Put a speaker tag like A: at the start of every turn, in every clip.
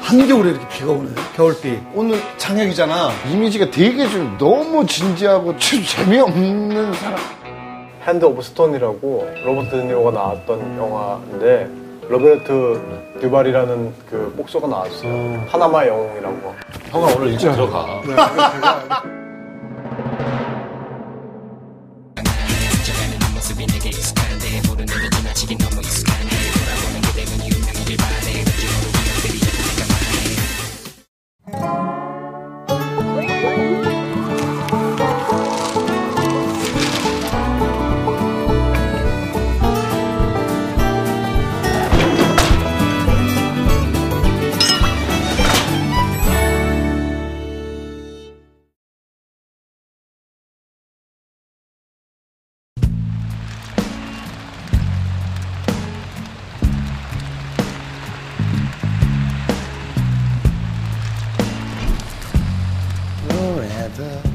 A: 한겨울에 이렇게 비가 오네. 겨울비.
B: 오늘 장혁이잖아. 이미지가 되게 좀 너무 진지하고 좀 재미없는 사람.
C: 핸드 오브 스톤이라고 로버트 드니로가 나왔던 영화인데 로베르트 듀발이라는 그 복서가 나왔어요. 하나마 영웅이라고.
D: 형아 오늘 일찍 들어가.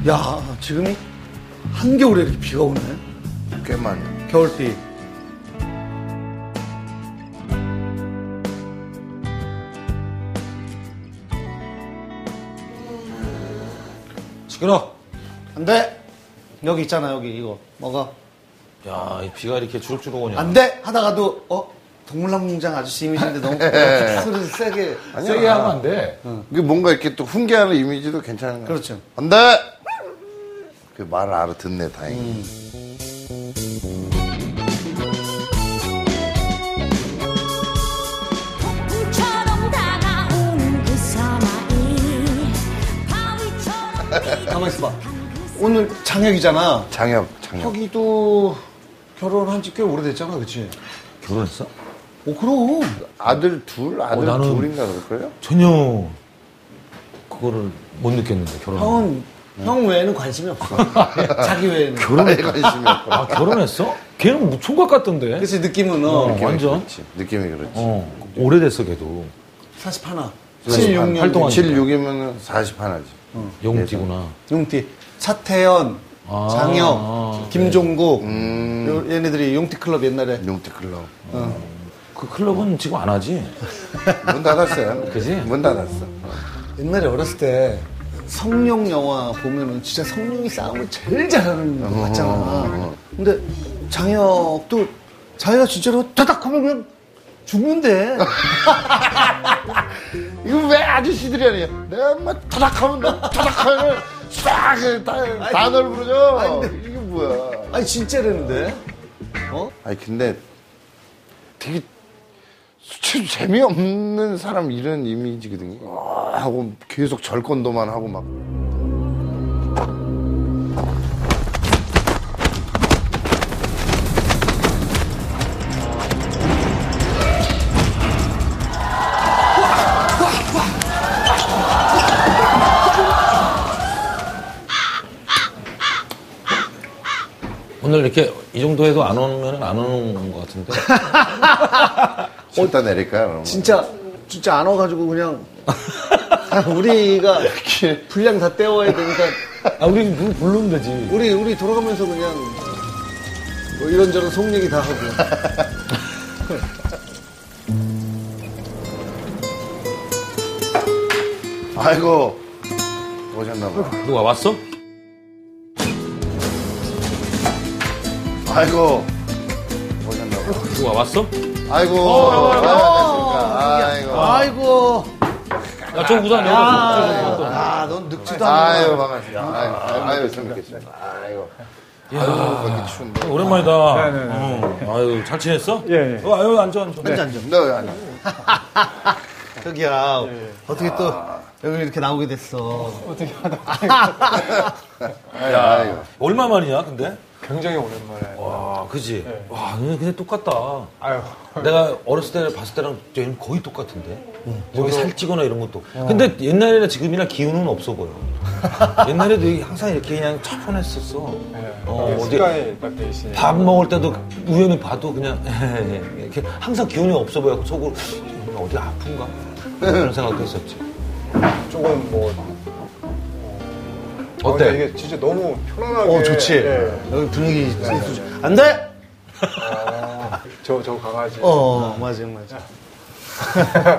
A: 야, 지금이 한겨울에 이렇게 비가 오네.
B: 꽤 많이.
A: 겨울비. 시끄러.
B: 안 돼!
A: 여기 있잖아, 여기 이거. 먹어.
D: 야, 이 비가 이렇게 주룩주룩 오냐.
A: 안 돼! 하다가도, 어? 동물남 공장 아저씨 이미지인데 너무 소리 세게.
D: 세게 하면 안 돼.
B: 이게 뭔가 이렇게 또 훈계하는 이미지도 괜찮은 거
A: 그렇죠.
B: 안 돼! 그 말을 알아 듣네,
D: 음.
B: 다행히.
E: 폭풍처럼 다가오는 그 사나이 바위처럼
A: 가만 있어봐. 오늘 장혁이잖아.
B: 장혁, 장혁.
A: 혁이도 결혼한 지 꽤 오래됐잖아, 그치?
D: 결혼했어?
A: 오, 그럼.
B: 아들 둘? 아들
D: 어, 나는-
B: 둘인가 그럴걸요?
D: 전혀 그거를 못 느꼈는데 결혼.
A: 형은, 형 외에는 관심이 없어. 자기 외에는.
B: 나에 관심이 없고.
D: 아 결혼했어? 걔는 뭐 총각 같던데.
A: 그치, 느낌은 어.
D: 어, 완전.
B: 그렇지. 느낌이 그렇지.
D: 어 오래됐어 걔도.
A: 41.
D: 46년.
A: 76년.
D: 활동한-
B: 76이면 41하지.
D: 어. 영웅띠구나.
A: 용띠. 차태현,
D: 아,
A: 장혁,
D: 아,
A: 김종국.
B: 음.
A: 요- 얘네들이 용띠 클럽 옛날에.
B: 용태클럽.
D: 그 클럽은 지금 안 하지?
B: 문 닫았어요.
D: 그지?
B: 문 닫았어.
A: 옛날에 어렸을 때 성룡 영화 보면은 진짜 성룡이 싸움을 제일 잘하는 거 같잖아. 근데 장혁도 자기가 진짜로 따닥 하면 그냥 죽는데.
B: 이거 왜 아저씨들이 아니야? 내가 막 타닥하면 나 타닥하면 싹다 단어를 부르죠.
A: 아니, 근데-
B: 이게 뭐야?
A: 아니 진짜라는데. 어?
B: 아니 근데 되게 참 재미없는 사람 이런 이미지거든요. 아, 하고 계속 절건도만 하고 막.
D: 오늘 이렇게 이 정도 해도 안 오면 안 오는 것 같은데.
B: 쏟다 내릴까? 그럼.
A: 진짜 진짜 안 와가지고 그냥 아, 우리가 분량 다 때워야 되니까
D: 아 우리 누구 부르면 되지.
A: 우리 우리 돌아가면서 그냥 뭐 이런저런 속 얘기 다 하고.
B: 아이고 오셨나 봐.
D: 누가 왔어?
B: 아이고 오셨나 봐.
D: 누가 왔어?
B: 아이고 안녕하십니까. 아이고
A: 아이고.
D: 야 저 우산 내가 좀-
A: 아, 넌 늙지도 않아.
B: 아유 반갑습니다. 아유 아유 잘 뵙겠습니다. 아이고 아유 이렇게 추운데.
D: 오랜만이다. 어. 아유 잘 지냈어?
C: 예, 예.
D: 어, 아유 앉아 앉아.
B: 너 아니.
A: 저기야 어떻게 또 여기 이렇게 나오게 네. 아. 됐어
B: 아유 아유.
D: 얼마 만이야 근데?
C: 굉장히 오랜만에.
D: 와 그지. 와 너네 근데 똑같다.
C: 아유.
D: 내가 어렸을 때 봤을 때랑 얘는 거의 똑같은데. 여기 살찌거나 이런 것도. 어. 근데 옛날이나 지금이나 기운은 없어 보여. 옛날에도 이게 항상 이렇게 그냥 차분했었어. 어,
C: 네. 그
D: 어디
C: 시간이 딱돼 있으니까.
D: 밥 먹을 때도 우연히 봐도 그냥 예, 이렇게 항상 기운이 없어 보여. 속으로 어디 아픈가? 그런 생각도 했었지.
C: 조금 뭐. 어,
D: 어때?
C: 근데 이게 진짜 너무 편안하게.
A: 어 좋지
C: 예.
A: 여기 분위기 안돼
C: 저, 저 강아지.
A: 어 맞아 맞아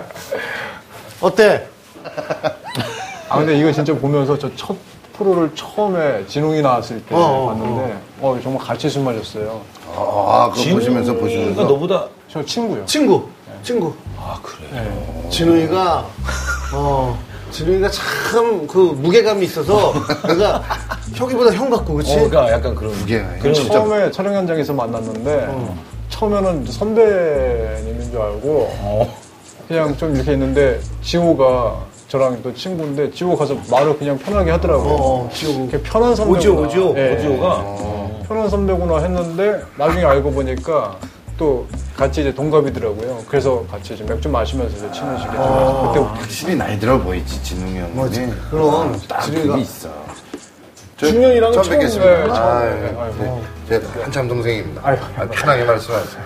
A: 어때?
C: 아 근데 이거 진짜 보면서 저 첫 프로를 처음에 진웅이 나왔을 때
A: 어,
C: 봤는데 어 정말 같이 숨맞았어요.
B: 아, 그거 보시면서 보시면서.
D: 진우가 그러니까 너보다
C: 저 친구요. 네.
A: 친구, 친구. 아 그래. 진우이가 어 진우이가 참 그 무게감이 있어서 내가 형이보다 형 같고 그치?
D: 어, 그러니까 약간 그런
B: 그게
D: 그런
A: 그렇죠.
D: 진짜
C: 처음에 촬영 현장에서 만났는데
A: 어.
C: 처음에는 선배님인 줄 알고
A: 어.
C: 그냥 좀 이렇게 있는데 지호가 저랑 또 친구인데 지호 가서 말을 그냥 편하게 하더라고요.
A: 어, 지호.
C: 이렇게 편한 선배구나.
D: 어.
A: 오지오, 오지오.
C: 예,
D: 오지오가
C: 편한 선배구나 했는데 나중에 알고 보니까 또 같이 이제 동갑이더라고요. 그래서 같이 이제 맥주 마시면서 이제 친해지게
A: 어.
C: 돼서 그때
B: 확실히 나이 들어 보이지, 진웅이 형이.
A: 뭐지? 그럼
B: 딱
A: 진우이가
B: 그게 있어. 저-
C: 진웅이랑은
B: 처음
C: 처음,
B: 뵙겠습니다.
C: 네, 처음,
B: 아,
C: 네,
B: 네.
C: 아이고.
B: 네. 제가 한참 동생입니다. 아, 편하게 말씀하세요.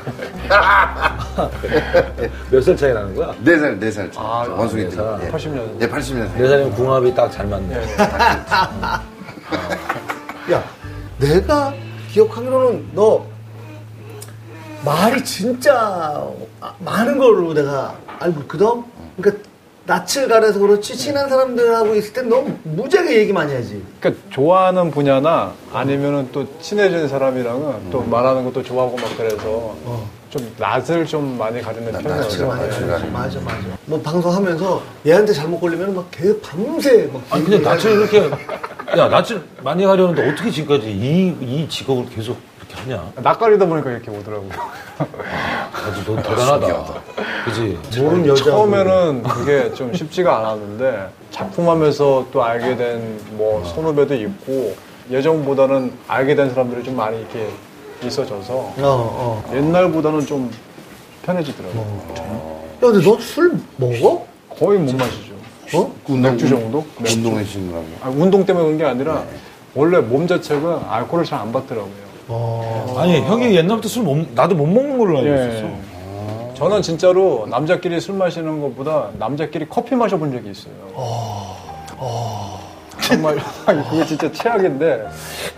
D: 몇 살 차이 나는 거야?
B: 네 살, 네 살. 아, 원숭이
D: 네
B: 들.
D: 살.
B: 예.
C: 80년.
B: 예, 80년.
D: 네 살이면 궁합이 딱 잘 맞네.
A: 야 내가 기억하기로는 너 말이 진짜 아- 많은 걸로 내가 알고 있거든. 그러니까 낯을 가려서 그렇지 친한 사람들하고 있을 땐 너무 무지하게 얘기 많이 하지.
C: 그러니까 좋아하는 분야나 아니면은 또 친해진 사람이랑은 또
B: 음.
C: 말하는 것도 좋아하고 막 그래서 좀 낯을 좀 많이 가리는
B: 어. 낯을
C: 편이에요.
B: 많이
C: 네.
B: 가리는
A: 맞아 맞아 맞아. 뭐 방송하면서 얘한테 잘못 걸리면 막 계속 밤새 막.
D: 아니 근데 낯을 이렇게 야 낯을 많이 가려는데 어떻게 지금까지 이 이 직업을 계속 이렇게 하냐?
C: 낯가리다 보니까 이렇게 오더라고요.
D: 아주 너 대단하다. 그지?
A: 모르는 여자.
C: 처음에는 그게 좀 쉽지가 않았는데 작품하면서 또 알게 된
B: 어.
C: 뭐 선후배도 있고 예전보다는 알게 된 사람들이 좀 많이 이렇게 있어져서
A: 어 어.
C: 옛날보다는 좀 편해지더라고요.
B: 어.
A: 야 근데 너 술 먹어?
C: 거의 못 마시죠.
A: 어?
B: 운동,
C: 맥주 정도? 맥주.
B: 운동해 주시느라고.
C: 아, 운동 때문에 그런 게 아니라
B: 네.
C: 원래 몸 자체가 알코올을 잘 안 받더라고요.
A: 어.
D: 아니 형이 옛날부터 술 못, 나도 못 먹는 걸로 알고 있었어.
C: 예. 저는 진짜로 남자끼리 술 마시는 것보다 남자끼리 커피 마셔본 적이 있어요. 아. 정말 그게 진짜 아. 최악인데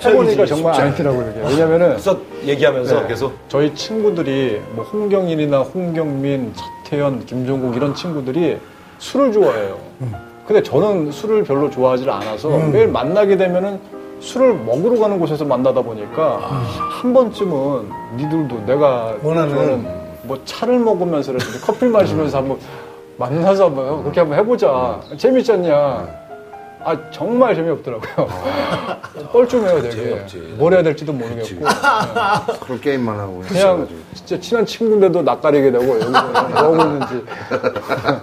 C: 해보니까 정말 아니더라고요. 이게. 왜냐면은
D: 그래서 얘기하면서
C: 네.
D: 계속
C: 저희 친구들이 뭐 홍경인이나 홍경민, 차태현, 김종국 이런 친구들이 술을 좋아해요.
D: 음.
C: 근데 저는 술을 별로 좋아하지 않아서 매일 만나게 되면은 술을 먹으러 가는 곳에서 만나다 보니까
D: 아.
C: 한 번쯤은 니들도 내가
A: 원하는.
C: 좋아하는 뭐 차를 먹으면서라도 커피를 마시면서 한번 만나서 한번 그렇게 한번 해보자. 재밌지 않냐? 아 정말 재미없더라고요. 뻘쭘해요 되게.
D: 아. 재미없지.
C: 뭘 해야 될지도 모르겠고.
B: 서로 게임만 하고
C: 그냥
B: 있어가지고.
C: 진짜 친한 친구인데도 낯가리게 되고 여기서 뭐 하고 있는지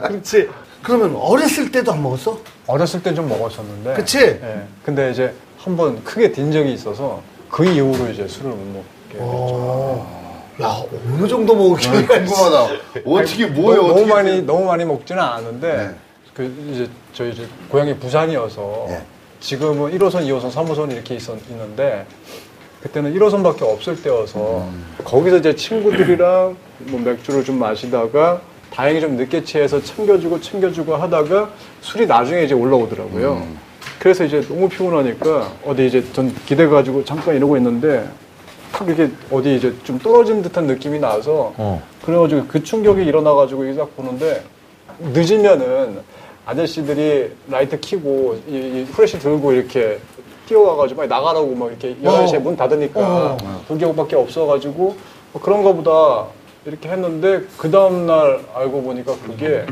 A: 그렇지. 그러면 어렸을 때도 안 먹었어?
C: 어렸을 땐 좀 먹었었는데
A: 그치?
C: 예. 근데 이제 한 번 크게 딘 적이 있어서 그 이후로 이제 술을 못 먹게
B: 어.
C: 됐죠
A: 어. 야 어느 정도 먹을지
B: 궁금하다. 어떻게 뭐예요?
C: 너무,
B: 어떻게
C: 많이
B: 해요?
C: 너무 많이 먹지는 않았는데
B: 네.
C: 그 이제 저희 이제 고향이 부산이어서
B: 네.
C: 지금은 1호선, 2호선, 3호선 이렇게 있 있는데 그때는 1호선밖에 없을 때여서 거기서 이제 친구들이랑 뭐 맥주를 좀 마시다가 다행히 좀 늦게 취해서 챙겨주고 챙겨주고 하다가 술이 나중에 이제 올라오더라고요. 그래서 이제 너무 피곤하니까 어디 이제 전 기대가지고 잠깐 이러고 있는데 딱 이렇게 어디 이제 좀 떨어진 듯한 느낌이 나서
D: 어.
C: 그래가지고 그 충격이 일어나가지고 이딱 보는데 늦으면은 아저씨들이 라이트 켜고 이, 이 프레시 들고 이렇게 뛰어와가지고 막 나가라고 막 이렇게 11시에
D: 어.
C: 문 닫으니까 불경밖에 없어가지고 뭐 그런 거보다 이렇게 했는데 그 다음날 알고 보니까 그게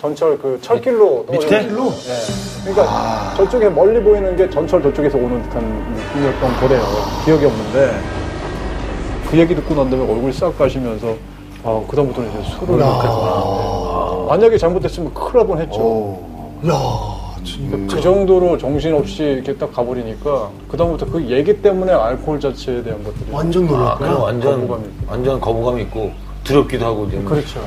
C: 전철 그 철길로
D: 밑에?
C: 떨어져가지고. 예. 그러니까 저쪽에 멀리 보이는 게 전철 저쪽에서 오는 듯한 느낌이었던 거래요 기억이 없는데 그 얘기 듣고 난 다음에 얼굴 싹 가시면서 아 그다음부터는 이제 술을 이렇게 하는데 만약에 잘못됐으면 큰일 날뻔 했죠
A: 야 진짜.
C: 그 정도로 정신없이 이렇게 딱 가버리니까 그다음부터 그 얘기 때문에 알코올 자체에 대한 것들이
A: 완전
D: 아,
A: 놀랄 거야.
D: 그냥 완전
C: 거부감이 있고.
D: 완전 거부감이 있고 두렵기도 하고 이제 뭐.
C: 그렇죠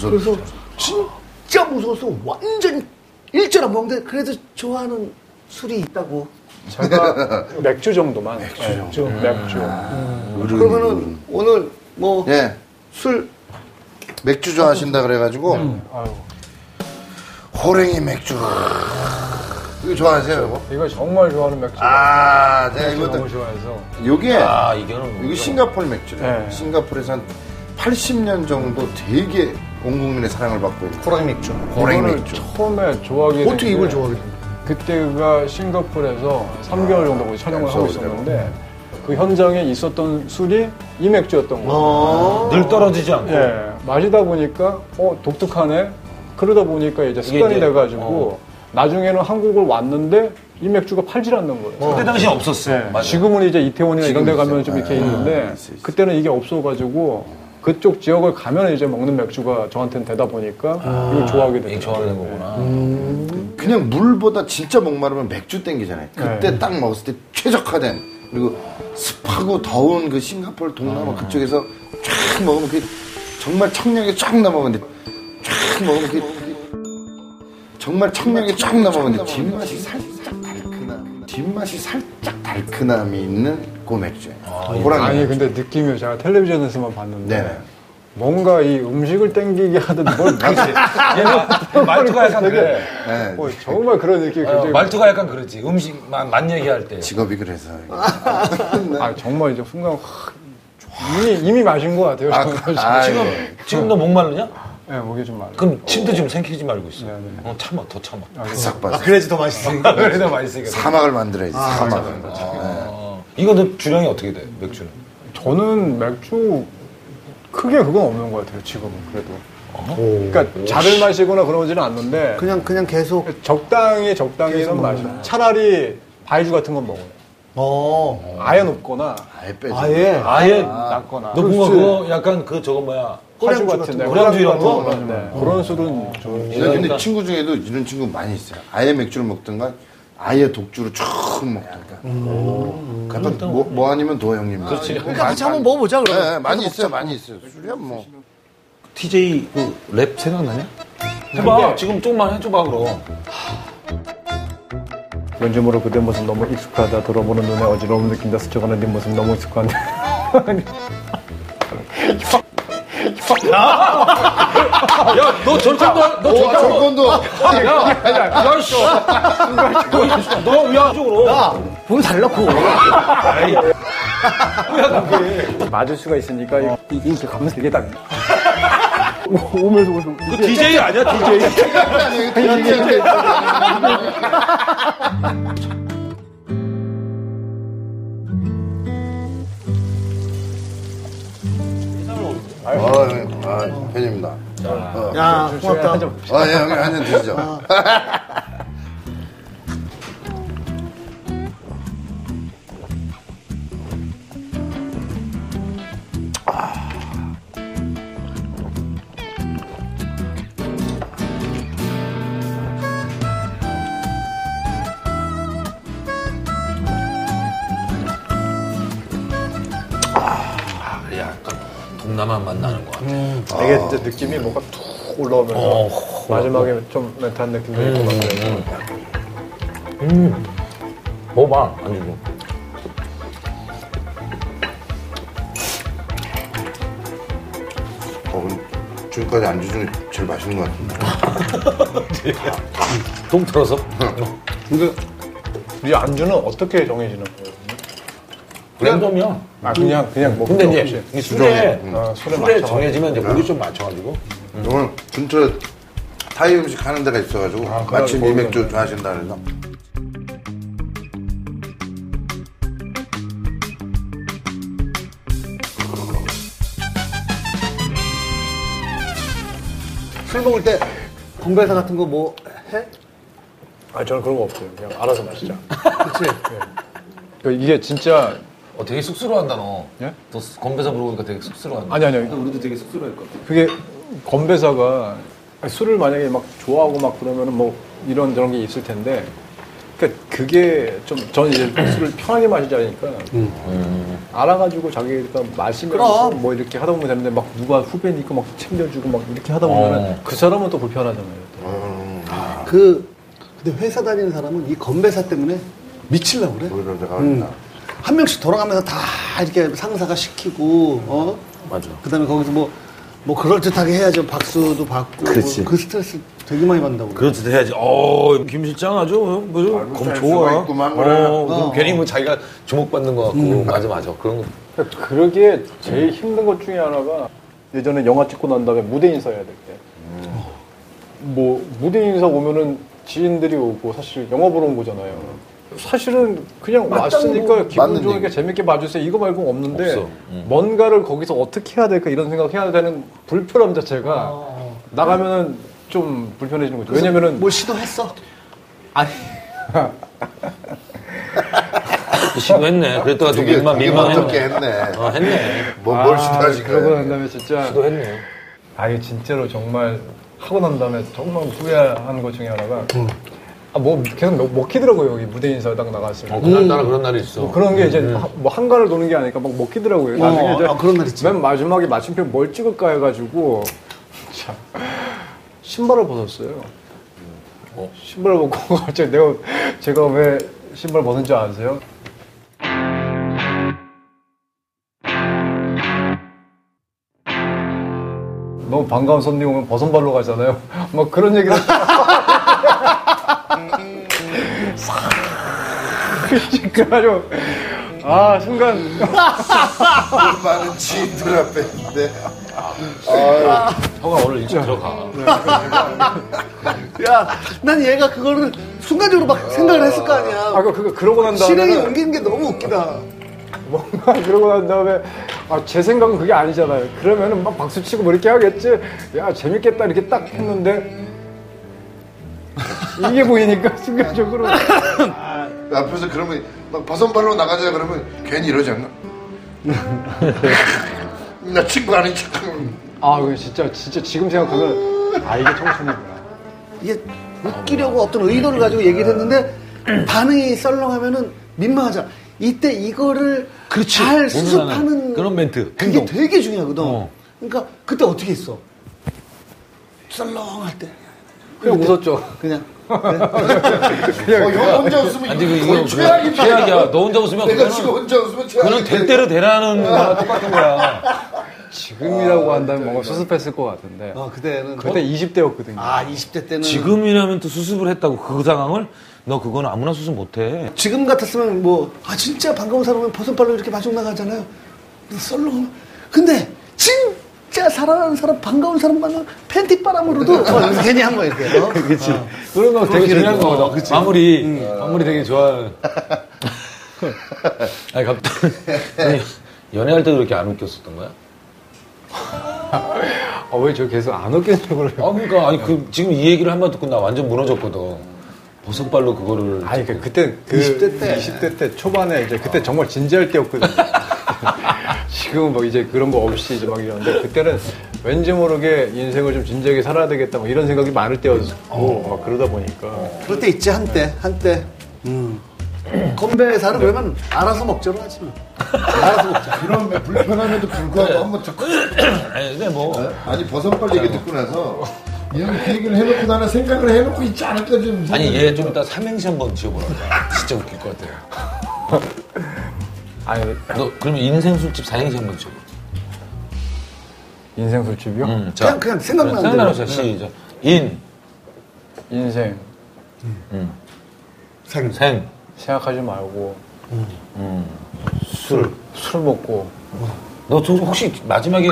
A: 그래서 진짜 무서워서 완전 일절 안 먹는데 그래도 좋아하는 술이 있다고.
C: 제가 맥주 정도만 음. 맥주 정도 맥주
B: 어른,
A: 그러면은
B: 어른.
A: 오늘 뭐
B: 예.
A: 술.
B: 맥주 좋아하신다 그래가지고
C: 아유
B: 호랭이 맥주. 이거 좋아하세요, 이거?
C: 이거 정말 좋아하는 맥주
B: 아, 제가
C: 네, 너무
B: 이것도
C: 좋아해서
B: 요게
D: 아 이거는
B: 이게 싱가포르 맥주래.
C: 네.
B: 싱가포르에서 한 80년 정도 되게 온 국민의 사랑을 받고 있는
A: 호랑이 맥주.
B: 호랑이
C: 이거를
B: 맥주.
C: 처음에 좋아하게 된
A: 어떻게 이걸
C: 게
A: 좋아하게 됐냐?
C: 그때가 싱가포르에서 3개월 정도 촬영을 하고
B: 서울이라고.
C: 있었는데 그 현장에 있었던 술이 이 맥주였던 거예요.
B: 아.
A: 어.
D: 뭐 늘 떨어지지 않고
C: 예, 마시다 보니까 어 독특하네. 그러다 보니까 이제 습관이
D: 이제,
C: 돼가지고 나중에는 한국을 왔는데 이 맥주가 팔질 않는 거예요.
D: 그때 당시 없었어요.
C: 네.
D: 맞아.
C: 지금은 이제 이태원이나 이런 데
B: 지금 있어요.
C: 가면 좀 이렇게
B: 아,
C: 있는데
B: 있어, 있어.
C: 그때는 이게 없어가지고 그쪽 지역을 가면 이제 먹는 맥주가 저한테는 되다 보니까 이걸 좋아하게
D: 이게
C: 되죠.
D: 좋아하게 된 거구나.
B: 그냥 물보다 진짜 목마르면 맥주 땡기잖아요. 그때
C: 네.
B: 딱 먹었을 때 최적화된 그리고 습하고 더운 그 싱가포르 동남아 그쪽에서 쫙 먹으면 그 정말 청량이 쫙 남아는데 쫙 먹으면 그 정말 청량이 쫙 남아는데 뒷맛이 살짝 달큰함 뒷맛이 살짝 달큰함이 있는 그 맥주예요. 호랑이
C: 아니
B: 맥주.
C: 근데 느낌이 그 제가 텔레비전에서만 봤는데
B: 네네.
C: 뭔가 이 음식을 땡기게 하던 뭘 뭐지?
D: 얘는 말투가 약간 그래.
B: 네.
C: 어, 정말 그런 느낌이
D: 어,
C: 굉장히
D: 말투가 약간 그러지. 음식만 만 얘기할 때.
B: 직업이 그래서
C: 아 정말 이제 순간 확 이미 이미 마신 것 같아요. 정말.
B: 지금
D: 지금 너 목마르냐?
C: 예, 목이 좀 말라.
D: 그럼 침대 좀 생기지 말고 있어.
C: 네, 네.
D: 어, 참아, 더 참아.
B: 바삭
A: 아,
B: 바삭
A: 그래야지 더 맛있으니까.
D: 그래도 맛있으니까.
B: 사막을 만들어야지 사막을.
D: 어. 이거 너 주량이 어떻게 돼? 맥주는?
C: 저는 맥주 크게 그건 없는 것 같아요. 지금은 그래도. 그러니까 자를 마시거나 그러지는 않는데
A: 음, 그냥 그냥 계속.
C: 적당히 적당히는 마셔. 차라리 바이주 같은 건 먹어요.
A: 어.
C: 아예 높거나
B: 아예 빼지.
A: 아예.
D: 아예
C: 낮거나
D: 너 뭔가 그거 약간 그 저거 뭐야?
C: 화주
A: 꼬량주
C: 같은 데
A: 같은 거.
D: 꼬량주 이런 거?
C: 네. 그런 술은 좀
B: 네,
A: 그러니까
B: 근데 친구 중에도 이런 친구 많이 있어요. 아예 맥주를 먹든가, 아예 독주를 쭉 먹든가.
A: 음.
B: 그건 뭐, 뭐 아니면 도 형님. 그렇지.
A: 네. 그러니까 같이 한번 먹어보자, 그러면.
B: 네, 많이 있어요, 많이 있어요. 술이야 뭐.
D: TJ 그 랩 생각나냐? 해봐. 지금 조금만 해줘봐, 그럼.
C: 연주모로 그대 모습 너무 익숙하다 들어보는 눈에 어지러움 느낀다 스쳐가는 네 모습 너무 익숙한데
D: 야, 너 절권도, 할- 아,
A: 어,
D: 너
B: 오, 정권도!
D: 절권도. 야, 야, 야, 씨. 너, 야, 너 위아쪽으로.
A: 보면 달라고.
C: 맞을 수가 있으니까 이- 이렇게 가면 되게 딱 오면서 오면서
D: 그 DJ 아니야, DJ?
B: 아, 형님. 아, 팬입니다.
A: 야, 고맙다.
B: 아, 예, 형님, 한잔 드시죠.
D: 아, 그래, 약간 동남아 맛 나는 것 같아.
C: 음.
D: 어.
C: 되게 이제 느낌이 뭔가 툭 올라오면서 마지막에 좀 멘트한 느낌도
D: 음.
C: 있고 막 그래요.
D: 뭐 먹어봐, 안주고.
B: 어, 근데 지금까지 안주 중에 제일 맛있는 것 같은데.
D: 똥 털어서?
C: 음. 이 안주는 어떻게 정해지는 거예요?
D: 랜덤이야.
C: 아 그냥 그냥 뭐
D: 근데
C: 필요
D: 이제 네.
C: 없이.
D: 이 술에,
C: 아, 술에
D: 술에,
C: 맞춰가지고. 음.
D: 정해지면 이제 목이 좀 맞춰가지고.
B: 오늘 근처에 타이 음식 하는 데가 있어가지고
C: 그래,
B: 마침 이
C: 거기는.
B: 맥주 좋아하신다 그래서
A: 술 먹을 때 건배사 같은 거 뭐 해?
C: 아 저는 그런 거 없어요. 그냥 알아서 마시자.
A: 그치?
C: 그러니까 이게 진짜
D: 어, 되게 쑥스러워한다, 너.
C: 예?
D: 너 건배사 물어보니까 되게 쑥스러워한다.
C: 아니 아니
B: 그러니까
C: 우리도 되게 쑥스러울 것 같아. 그게 건배사가 술을 만약에 막 좋아하고 막 그러면은 뭐 이런 저런 게 있을 텐데 그러니까 그게 좀 저는 이제 술을 편하게 마시자니까 알아가지고 자기가 마시면서 뭐 이렇게 하다 보면 되는데 막 누가 후배니까 막 챙겨주고 막 이렇게 하다 보면은
D: 어.
C: 그 사람은 또 불편하잖아요. 또.
A: 그, 근데 회사 다니는 사람은 이 건배사 때문에 미칠라고 그래.
B: 거기로 내가 다
A: 음. 한 명씩 돌아가면서 다 이렇게 상사가 시키고, 어?
D: 맞아.
A: 그 다음에 거기서 뭐, 뭐 그럴듯하게 해야죠. 박수도 받고.
D: 그치.
A: 그 스트레스 되게 많이 받는다고. 그래.
D: 그렇듯 해야지. 어, 김 실장 아주 그죠?
B: 알고
D: 검
B: 잘
D: 좋아.
B: 수가
D: 어,
B: 있구만, 그래. 음.
D: 그럼
A: 어.
D: 괜히 뭐 자기가 주목받는 것 같고 맞아 맞아. 그런 거.
C: 그러니까 그러게 제일 힘든 것 중에 하나가 예전에 영화 찍고 난 다음에 무대 인사해야 될 때. 뭐 무대 인사 오면은 지인들이 오고 사실 영화 보러 온 거잖아요. 사실은 그냥 왔으니까 기분
B: 맞는
C: 좋으니까
B: 얘기.
C: 재밌게 봐주세요. 이거 말고 없는데
D: 없어.
C: 뭔가를 거기서 어떻게 해야 될까 이런 생각해야 되는 불편함 자체가 나가면은 좀 불편해지는 거죠. 왜냐면은
B: 뭐,
A: 뭘뭐 시도했어?
D: 아니. 시도했네. 그랬다가 좀
B: 되게
D: 민망,
B: 되게 어떻게
D: 민망했네.
B: 했네.
D: 어, 했네.
B: 뭐, 뭘
C: 아, 그러고
B: 시도하실까요?
C: 난 다음에 진짜
D: 시도했네.
C: 아 이게 진짜로 정말 하고 난 다음에 정말 후회하는 것 중에 하나가 아 뭐 계속 먹- 먹히더라고요 여기 무대 인사 딱 나갔을 때
D: 어, 그날 따라 그런 날이 있어.
B: 음.
C: 뭐 그런 게 이제 하- 뭐 한가를 도는 게 아니니까 막 먹히더라고요 나중에
A: 어,
C: 이제
A: 아, 그런 날 있지.
C: 맨 마지막에 마침표 뭘 찍을까 해가지고 참 신발을 벗었어요 신발을 벗고 갑자기 내가 제가 왜 신발 벗은 줄 아세요? 너무 반가운 손님 오면 벗은 발로 가잖아요. 막 그런 얘기를 싹 그래가지고 아 순간
B: 많은 지인들 앞에 있는데.
D: 형아, 오늘 일찍 들어가.
A: 야, 난 얘가 그거를 순간적으로 막 생각을 했을 거 아니야.
C: 아 그- 그거 그러고 난 다음에
A: 실행에 옮기는 게 너무 웃기다.
C: 뭔가 그러고 난 다음에 아, 제 생각은 그게 아니잖아요. 그러면은 막 박수 치고 뭐 이렇게 하겠지. 야 재밌겠다 이렇게 딱 했는데 이게 보이니까 순간적으로 아,
B: 앞에서 그러면 막 버선발로 나가자 그러면 괜히 이러지 않나? 나 친구 아닌 척하면
C: 아 이거 진짜 진짜 지금 생각하면 아 이게 청춘이구나.
A: 이게 웃기려고 어떤 의도를 가지고 얘기를 했는데 반응이 썰렁하면은 민망하잖아. 이때 이거를 잘 수습하는
D: 그런 멘트,
A: 그게
D: 행동. 어.
A: 되게 중요하거든. 그러니까 그때 어떻게 했어? 썰렁할 때
C: 그냥 웃었죠.
A: 그냥
B: 어, 형 혼자 웃으면
D: 아니, 그,
B: 이거
D: 이거,
B: 거의 최악이다.
D: 최악이야. 너 혼자 웃으면
B: 내가
D: 그거는,
B: 지금 혼자 아. 웃으면 최악이야.
D: 그거는 될 대로 되라는 거랑 똑같은 거야.
C: 지금이라고 한다면 뭔가 수습했을 것 같은데
A: 아 그때는
C: 그때 20대였거든요.
A: 아 20대 때는 지금
D: 지금이라면 또 수습을 했다고 그 상황을 너 그거는 아무나 수습 못 해.
A: 지금 같았으면 뭐 아 진짜 반가운 사람은 버선발로 이렇게 마중 나가잖아요. 근데 썰렁. 근데 진짜 사랑하는 사람 반가운 사람 만나 팬티 바람으로도 어, 괜히 한 거야 이렇게. 어? 어.
C: 그런 거 되게 중요한
A: 그래도,
B: 뭐,
C: 거죠.
A: 어, 그치.
D: 마무리
B: 음.
D: 마무리 되게 좋아하는. 아니 갑자기 아니, 연애할 때도 그렇게 안 웃겼었던 거야?
C: 아, 왜 저 계속 안 웃겠냐고 그래요.
D: 아 그러니까 아니 그 지금 이 얘기를 한 번 듣고 나 완전 무너졌거든. 버섯발로 그거를
C: 아니 그 그때 그
A: 20대 때.
C: 20대 때 초반에 이제 그때 정말 진지할 때였거든요. 지금은 뭐 이제 그런 거 없이 이제 막 이러는데 그때는 왠지 모르게 인생을 좀 진지하게 살아야 되겠다 뭐 이런 생각이 많을 때였고 막 그러다 보니까
A: 그럴 때 있지 한때 한때 음. 건배사를 그러면 알아서 먹자로 하지 뭐. 알아서 먹자
B: 그런 불편함에도 불구하고 한번 듣고
D: 아니 근데 뭐
B: 아니 버선발 얘기 듣고 나서 이런 그 얘기를 해놓고 나는 생각을 해놓고 있지 않을까 좀
D: 아니 얘 좀 이따 삼행시 한 번 지어보라고. 진짜 웃길 것 같아.
C: 아니
D: 너 그러면 인생 술집 사행시 한 번 지어봐.
C: 인생 술집이요?
D: 음, 자.
A: 그냥 그냥 생각나는 대로.
D: 생각나서 시작. 인,
C: 인생
A: 생.
D: 생,
C: 생각하지 말고 음.
D: 술.
C: 술 먹고
D: 너 저- 혹시 마지막에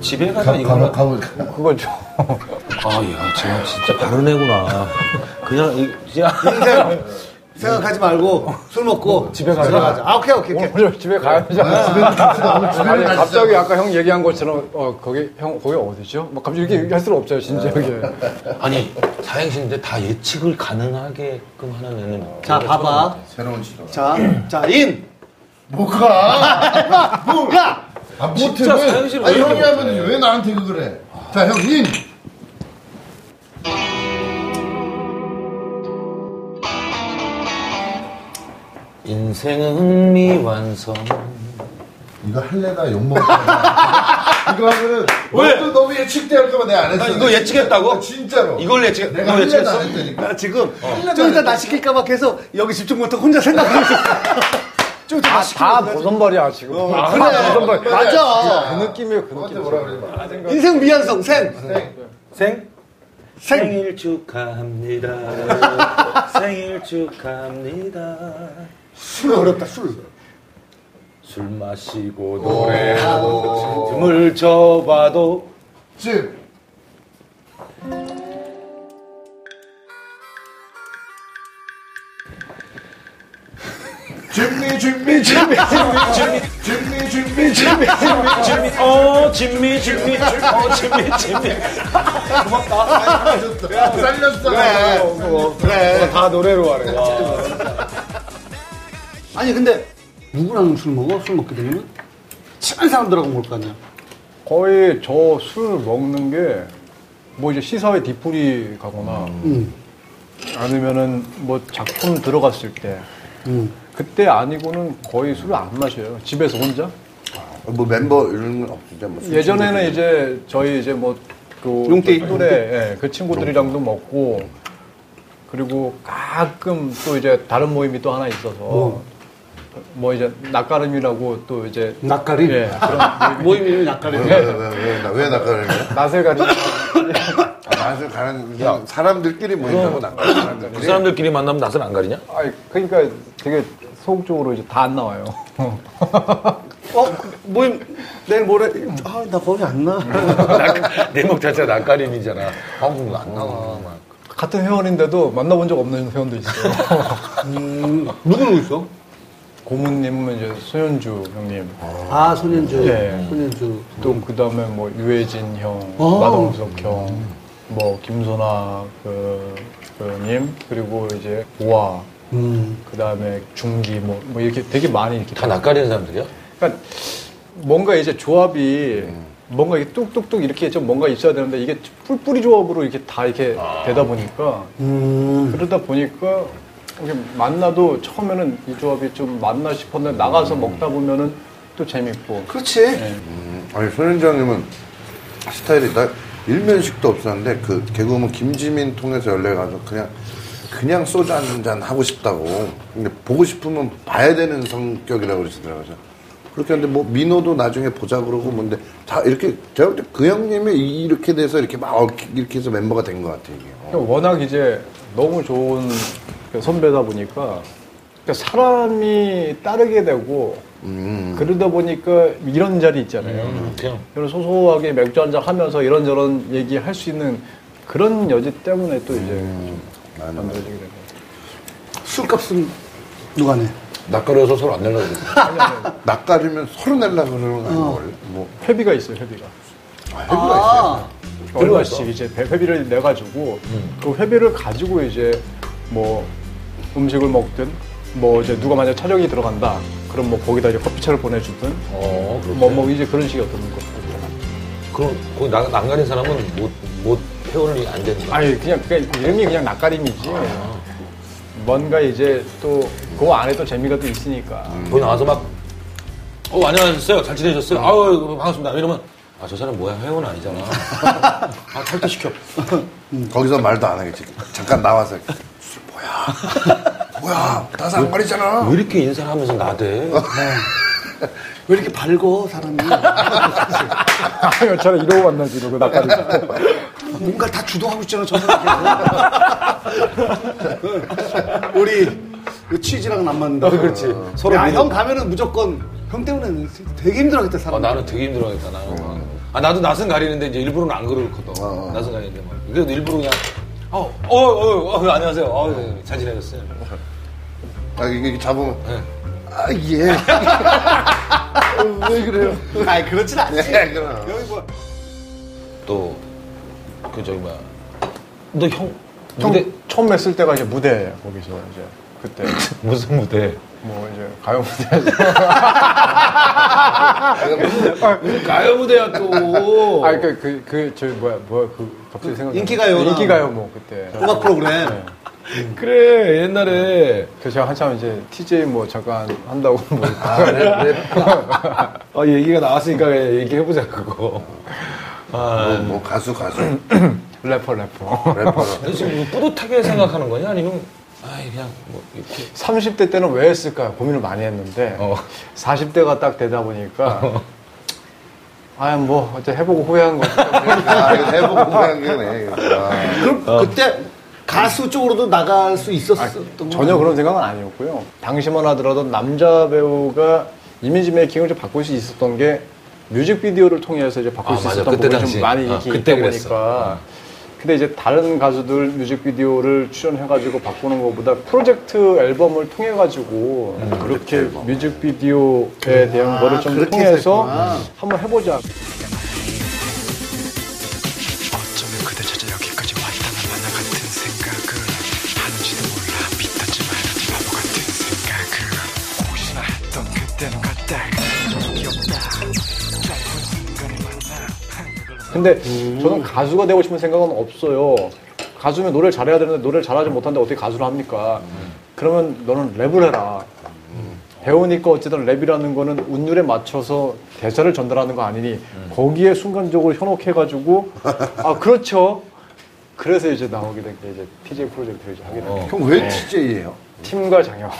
D: 집에 가서 이거 하나-
B: 가면
C: 그걸 좀
D: 아, 야, 쟤 진짜 바른 애구나. 그냥, 이- 그냥.
A: 인생 생각하지 말고 술 먹고 집에 가자 아 오케이 오케이 오케이
C: 오늘 집에 가야 되잖아. 아니 갑자기 아까 형 얘기한 것처럼 어 거기 형 거기 어디죠? 막 갑자기 이렇게 얘기할 수는 없잖아요 진지하게.
D: 아니, 사행시인데 다 예측을 가능하게끔 하나면은.
A: 자 봐봐
B: 새로운 시도
A: 자자인
B: 뭐가
A: 야!
B: 아, 못해
D: 진짜
B: 왜?
D: 사연실을
B: 아,
D: 왜
B: 형이
D: 이렇게
B: 하면 되지. 왜 나한테 그걸 해 자형인
D: 인생은 미완성.
B: 이거 할래나 욕먹어 이거 하면은 왜? 또 너무 예측돼 할까봐 내가 안 했어
D: 이거 예측했다고?
B: 진짜로
D: 이걸 예측,
B: 내가
D: 이걸
B: 할래나
D: 예측했어?
B: 안 했다니까
A: 나 지금 좀 이따 나 시킬까봐 계속 여기 집중 못하고 혼자 생각하고 있어 좀 이따 나
C: 다
A: 시킬까봐
C: 보선발이야 지금. 다
A: 아, 어, 그래
C: 보선발.
A: 맞아
C: 그 느낌이에요 그
B: 너한테
C: 느낌.
B: 뭐라 그러지 마
A: 인생 미완성 생
D: 생?
A: 생.
D: 생일 축하합니다. 생일 축하합니다.
A: 술 어렵다 술.
D: 술 마시고 노래하고 춤을 춰봐도
A: 술.
B: 준비 준비 준비 준비 준비 준비 준비
D: 진미 어 진미 진미 어 진미 진미
B: 살렸어
A: 어,
C: 그래. 다 노래로 하래.
A: 아. 아니 근데 누구랑 술 먹어? 술 먹게 되면 친한 사람들하고 먹을 거 아니야.
C: 거의 저 술 먹는 게 뭐 이제 시사회 뒤풀이 가거나
A: 응.
C: 아니면은 뭐 작품 들어갔을 때
A: 응.
C: 그때 아니고는 거의 술을 안 마셔요. 집에서 혼자.
B: 뭐 멤버 이런 건 없으죠 뭐 술-
C: 예전에는 이제 저희 이제 뭐그
A: 음. 용띠.
C: 또래 예, 그 친구들이랑도 먹고 그리고 가끔 또 이제 다른 모임이 또 하나 있어서 뭐 이제 낯가름이라고 또 이제
A: 낯가림?
C: 예, 그런
A: 모임이면 약간의
B: 왜, 왜, 왜, 왜, 나- 왜 낯가리는 거야?
C: 낯을 가리는
B: 아, 낯을 가는 그냥 사람들끼리 모인다고 낯가리는
D: 그
B: 거야.
D: 사람들끼리 만나면 낯을 안 가리냐?
C: 아니 그러니까 되게 소극적으로 이제 다 안 나와요.
A: 어 모임 내일 모레 아나 거기 안 나.
D: 내목 자체가 낯가림이잖아. 한국 안 나와. 막.
C: 같은 회원인데도 만나본 적 없는 회원도 있어요.
A: 음. 누구 누구 있어?
C: 고문님은 이제 소현주 형님,
A: 아 손현주.
C: 예.
A: 손현주.
C: 또 그 다음에 뭐 유해진 형,
A: 어.
C: 마동석 형, 뭐 김소나 그, 그님 그리고 이제 우아,
A: 음.
C: 그 다음에 중기 뭐, 뭐 이렇게 되게 많이 이렇게
D: 다 낯가리는 사람들이야?
C: 그러니까 뭔가 이제 조합이 뭔가 이게 뚝뚝뚝 이렇게 좀 뭔가 있어야 되는데 이게 뿔뿔이 조합으로 이렇게 다 이렇게 되다 보니까
A: 음.
C: 그러다 보니까 이렇게 만나도 처음에는 이 조합이 좀 맞나 싶었는데 나가서 먹다 보면은 또 재밌고
A: 그렇지.
B: 음, 아니 손현주 형님은 스타일이 나 일면식도 없었는데 그 개그우먼 김지민 통해서 연락이 가서 그냥 그냥 소주 한 잔 하고 싶다고 근데 보고 싶으면 봐야 되는 성격이라고 그러시더라고요 그래서 그렇게 하는데 뭐 민호도 나중에 보자 그러고 뭔데 다 이렇게 제가 볼 때 그 형님이 이렇게 돼서 이렇게 막 얽히- 이렇게 해서 멤버가 된 것 같아요 이게 어.
C: 그러니까 워낙 이제 너무 좋은 그 선배다 보니까 그러니까 사람이 따르게 되고 그러다 보니까 이런 자리 있잖아요.
D: 그냥
C: 이런 소소하게 맥주 한잔 하면서 이런저런 얘기 할 수 있는 그런 여지 때문에 또 이제 좀 만들어지게 되고.
A: 술값은 누가 내?
D: 낯가려서 서로 안 내려고 그러지.
B: 낯가리면 서로 내려고 그러는 거 아니에요 원래 뭐
C: 회비가 있어요, 회비가.
A: 아.
C: 얼마씩 이제 배- 회비를 내가지고 그 회비를 가지고 이제 뭐 음식을 먹든 뭐 이제 누가 만약 촬영이 들어간다 그럼 뭐 거기다 이제 커피차를 보내주든
D: 어, 그렇게.
C: 뭐 뭐 이제 그런 식이었던 거
D: 그럼 거기 낯- 안 가린 사람은 못, 못 회원이 안 되는 거야.
C: 아니 그냥 그냥 그 이름이 그냥 낯가림이지 뭔가 이제 또 그거 안에 또 재미가 또 있으니까
D: 거기 나와서 막, 어, 안녕하셨어요. 잘 지내셨어요. 아유, 반갑습니다. 이러면, 아, 저 사람 뭐야? 회원 아니잖아. 아, 탈퇴시켜.
B: 거기서 말도 안 하겠지 잠깐 나와서 술 뭐야 뭐야 다섯 안 가리잖아
D: 왜 이렇게 인사를 하면서 나대?
A: 왜 이렇게 밝고 사람이
C: 차라리 이러고 만나지 이러고 낯가림
A: 뭔가 다 주도하고 있잖아 저 사람. 그, 우리 그 취지랑 안 맞는다. 그렇지. 서로 야, 형 가면은 무조건 형 때문에 되게 힘들어하겠다
D: 아,
A: 사람.
D: 나는 되게 힘들어하겠다, 나는. 아, 나도 낯은 가리는데 이제 일부러는 안 그러거든. 낯은 가리는데 막. 그래도 일부러 그냥, 어, 어, 어, 어, 안녕하세요. 어, 예, 잘 지내셨어요.
B: 아 이게 이렇게 잡으면 아 예. 어, 왜 그래요?
A: 아니 그렇진 않지.
B: 예,
C: 네.
B: 그럼.
A: 여기 뭐
D: 또, 그, 저기, 뭐야. 너 형,
C: 근데
D: 무대,
C: 처음 뵀을 때가 이제 무대예요 거기서 이제 그때
D: 무슨 무대?
C: 뭐 이제 가요 무대에서
D: 가요 무대야, 또.
C: 아, 그, 그, 그, 저, 뭐야, 뭐야, 그, 갑자기 생각나.
A: 인기가요.
C: 인기가요, 뭐, 그때.
A: 음악 프로그램.
D: 그래, 옛날에.
C: 그 제가 한참 이제 TJ 뭐 잠깐 한다고 뭐.
D: 아, 얘기가 나왔으니까 그냥 얘기해보자, 그거.
B: 뭐, 뭐 가수 가수
C: 래퍼, 래퍼.
B: 래퍼.
D: 지금 뭐 뿌듯하게 생각하는 거냐? 아니면, 아이, 그냥, 뭐, 이렇게.
C: 30대 때는 왜 했을까 고민을 많이 했는데,
D: 어.
C: 40대가 딱 되다 보니까, 아, 뭐, 어째 해보고 후회한 거지.
B: 아 이거 해보고 그냥 그네.
A: 어. 그럼 그때 가수 쪽으로도 나갈 수 있었던 거
C: 전혀 그런 생각은 아니었고요. 당시만 하더라도 남자 배우가 이미지 메이킹을 좀 바꿀 수 있었던 게 뮤직비디오를 통해서 이제 바꿀
D: 아,
C: 수
D: 맞아.
C: 있었던
D: 그때
C: 부분이
D: 당시.
C: 좀 많이
D: 어,
C: 이렇게
D: 그때
C: 있다
D: 그랬어.
C: 보니까. 근데 이제 다른 가수들 뮤직비디오를 출연해가지고 바꾸는 것보다 프로젝트 앨범을 통해가지고
D: 음,
C: 그렇게 뮤직비디오에 대한 거를 좀
A: 아, 그렇게
C: 통해서
A: 했었구나.
C: 한번 해보자.
F: 어쩌면 그대 찾아 여기까지 왔다 나나 같은 생각을 하는지도 몰라 믿었지 말았지 바보 같은 생각을 혹시나 했던 그때는 같다 속이 없다 짧은 순간에 만나 한글로
C: 근데 저는 가수가 되고 싶은 생각은 없어요. 가수면 노래를 잘해야 되는데 노래를 잘하지 못하는데 어떻게 가수를 합니까? 그러면 너는 랩을 해라. 배우니까 어쨌든 랩이라는 거는 운율에 맞춰서 대사를 전달하는 거 아니니 거기에 순간적으로 현혹해가지고 아 그렇죠. 그래서 이제 나오게 된 게 이제 TJ 프로젝트를 이제 하게 된 거예요.
B: 형 왜 TJ예요? 아,
C: 팀과 장혁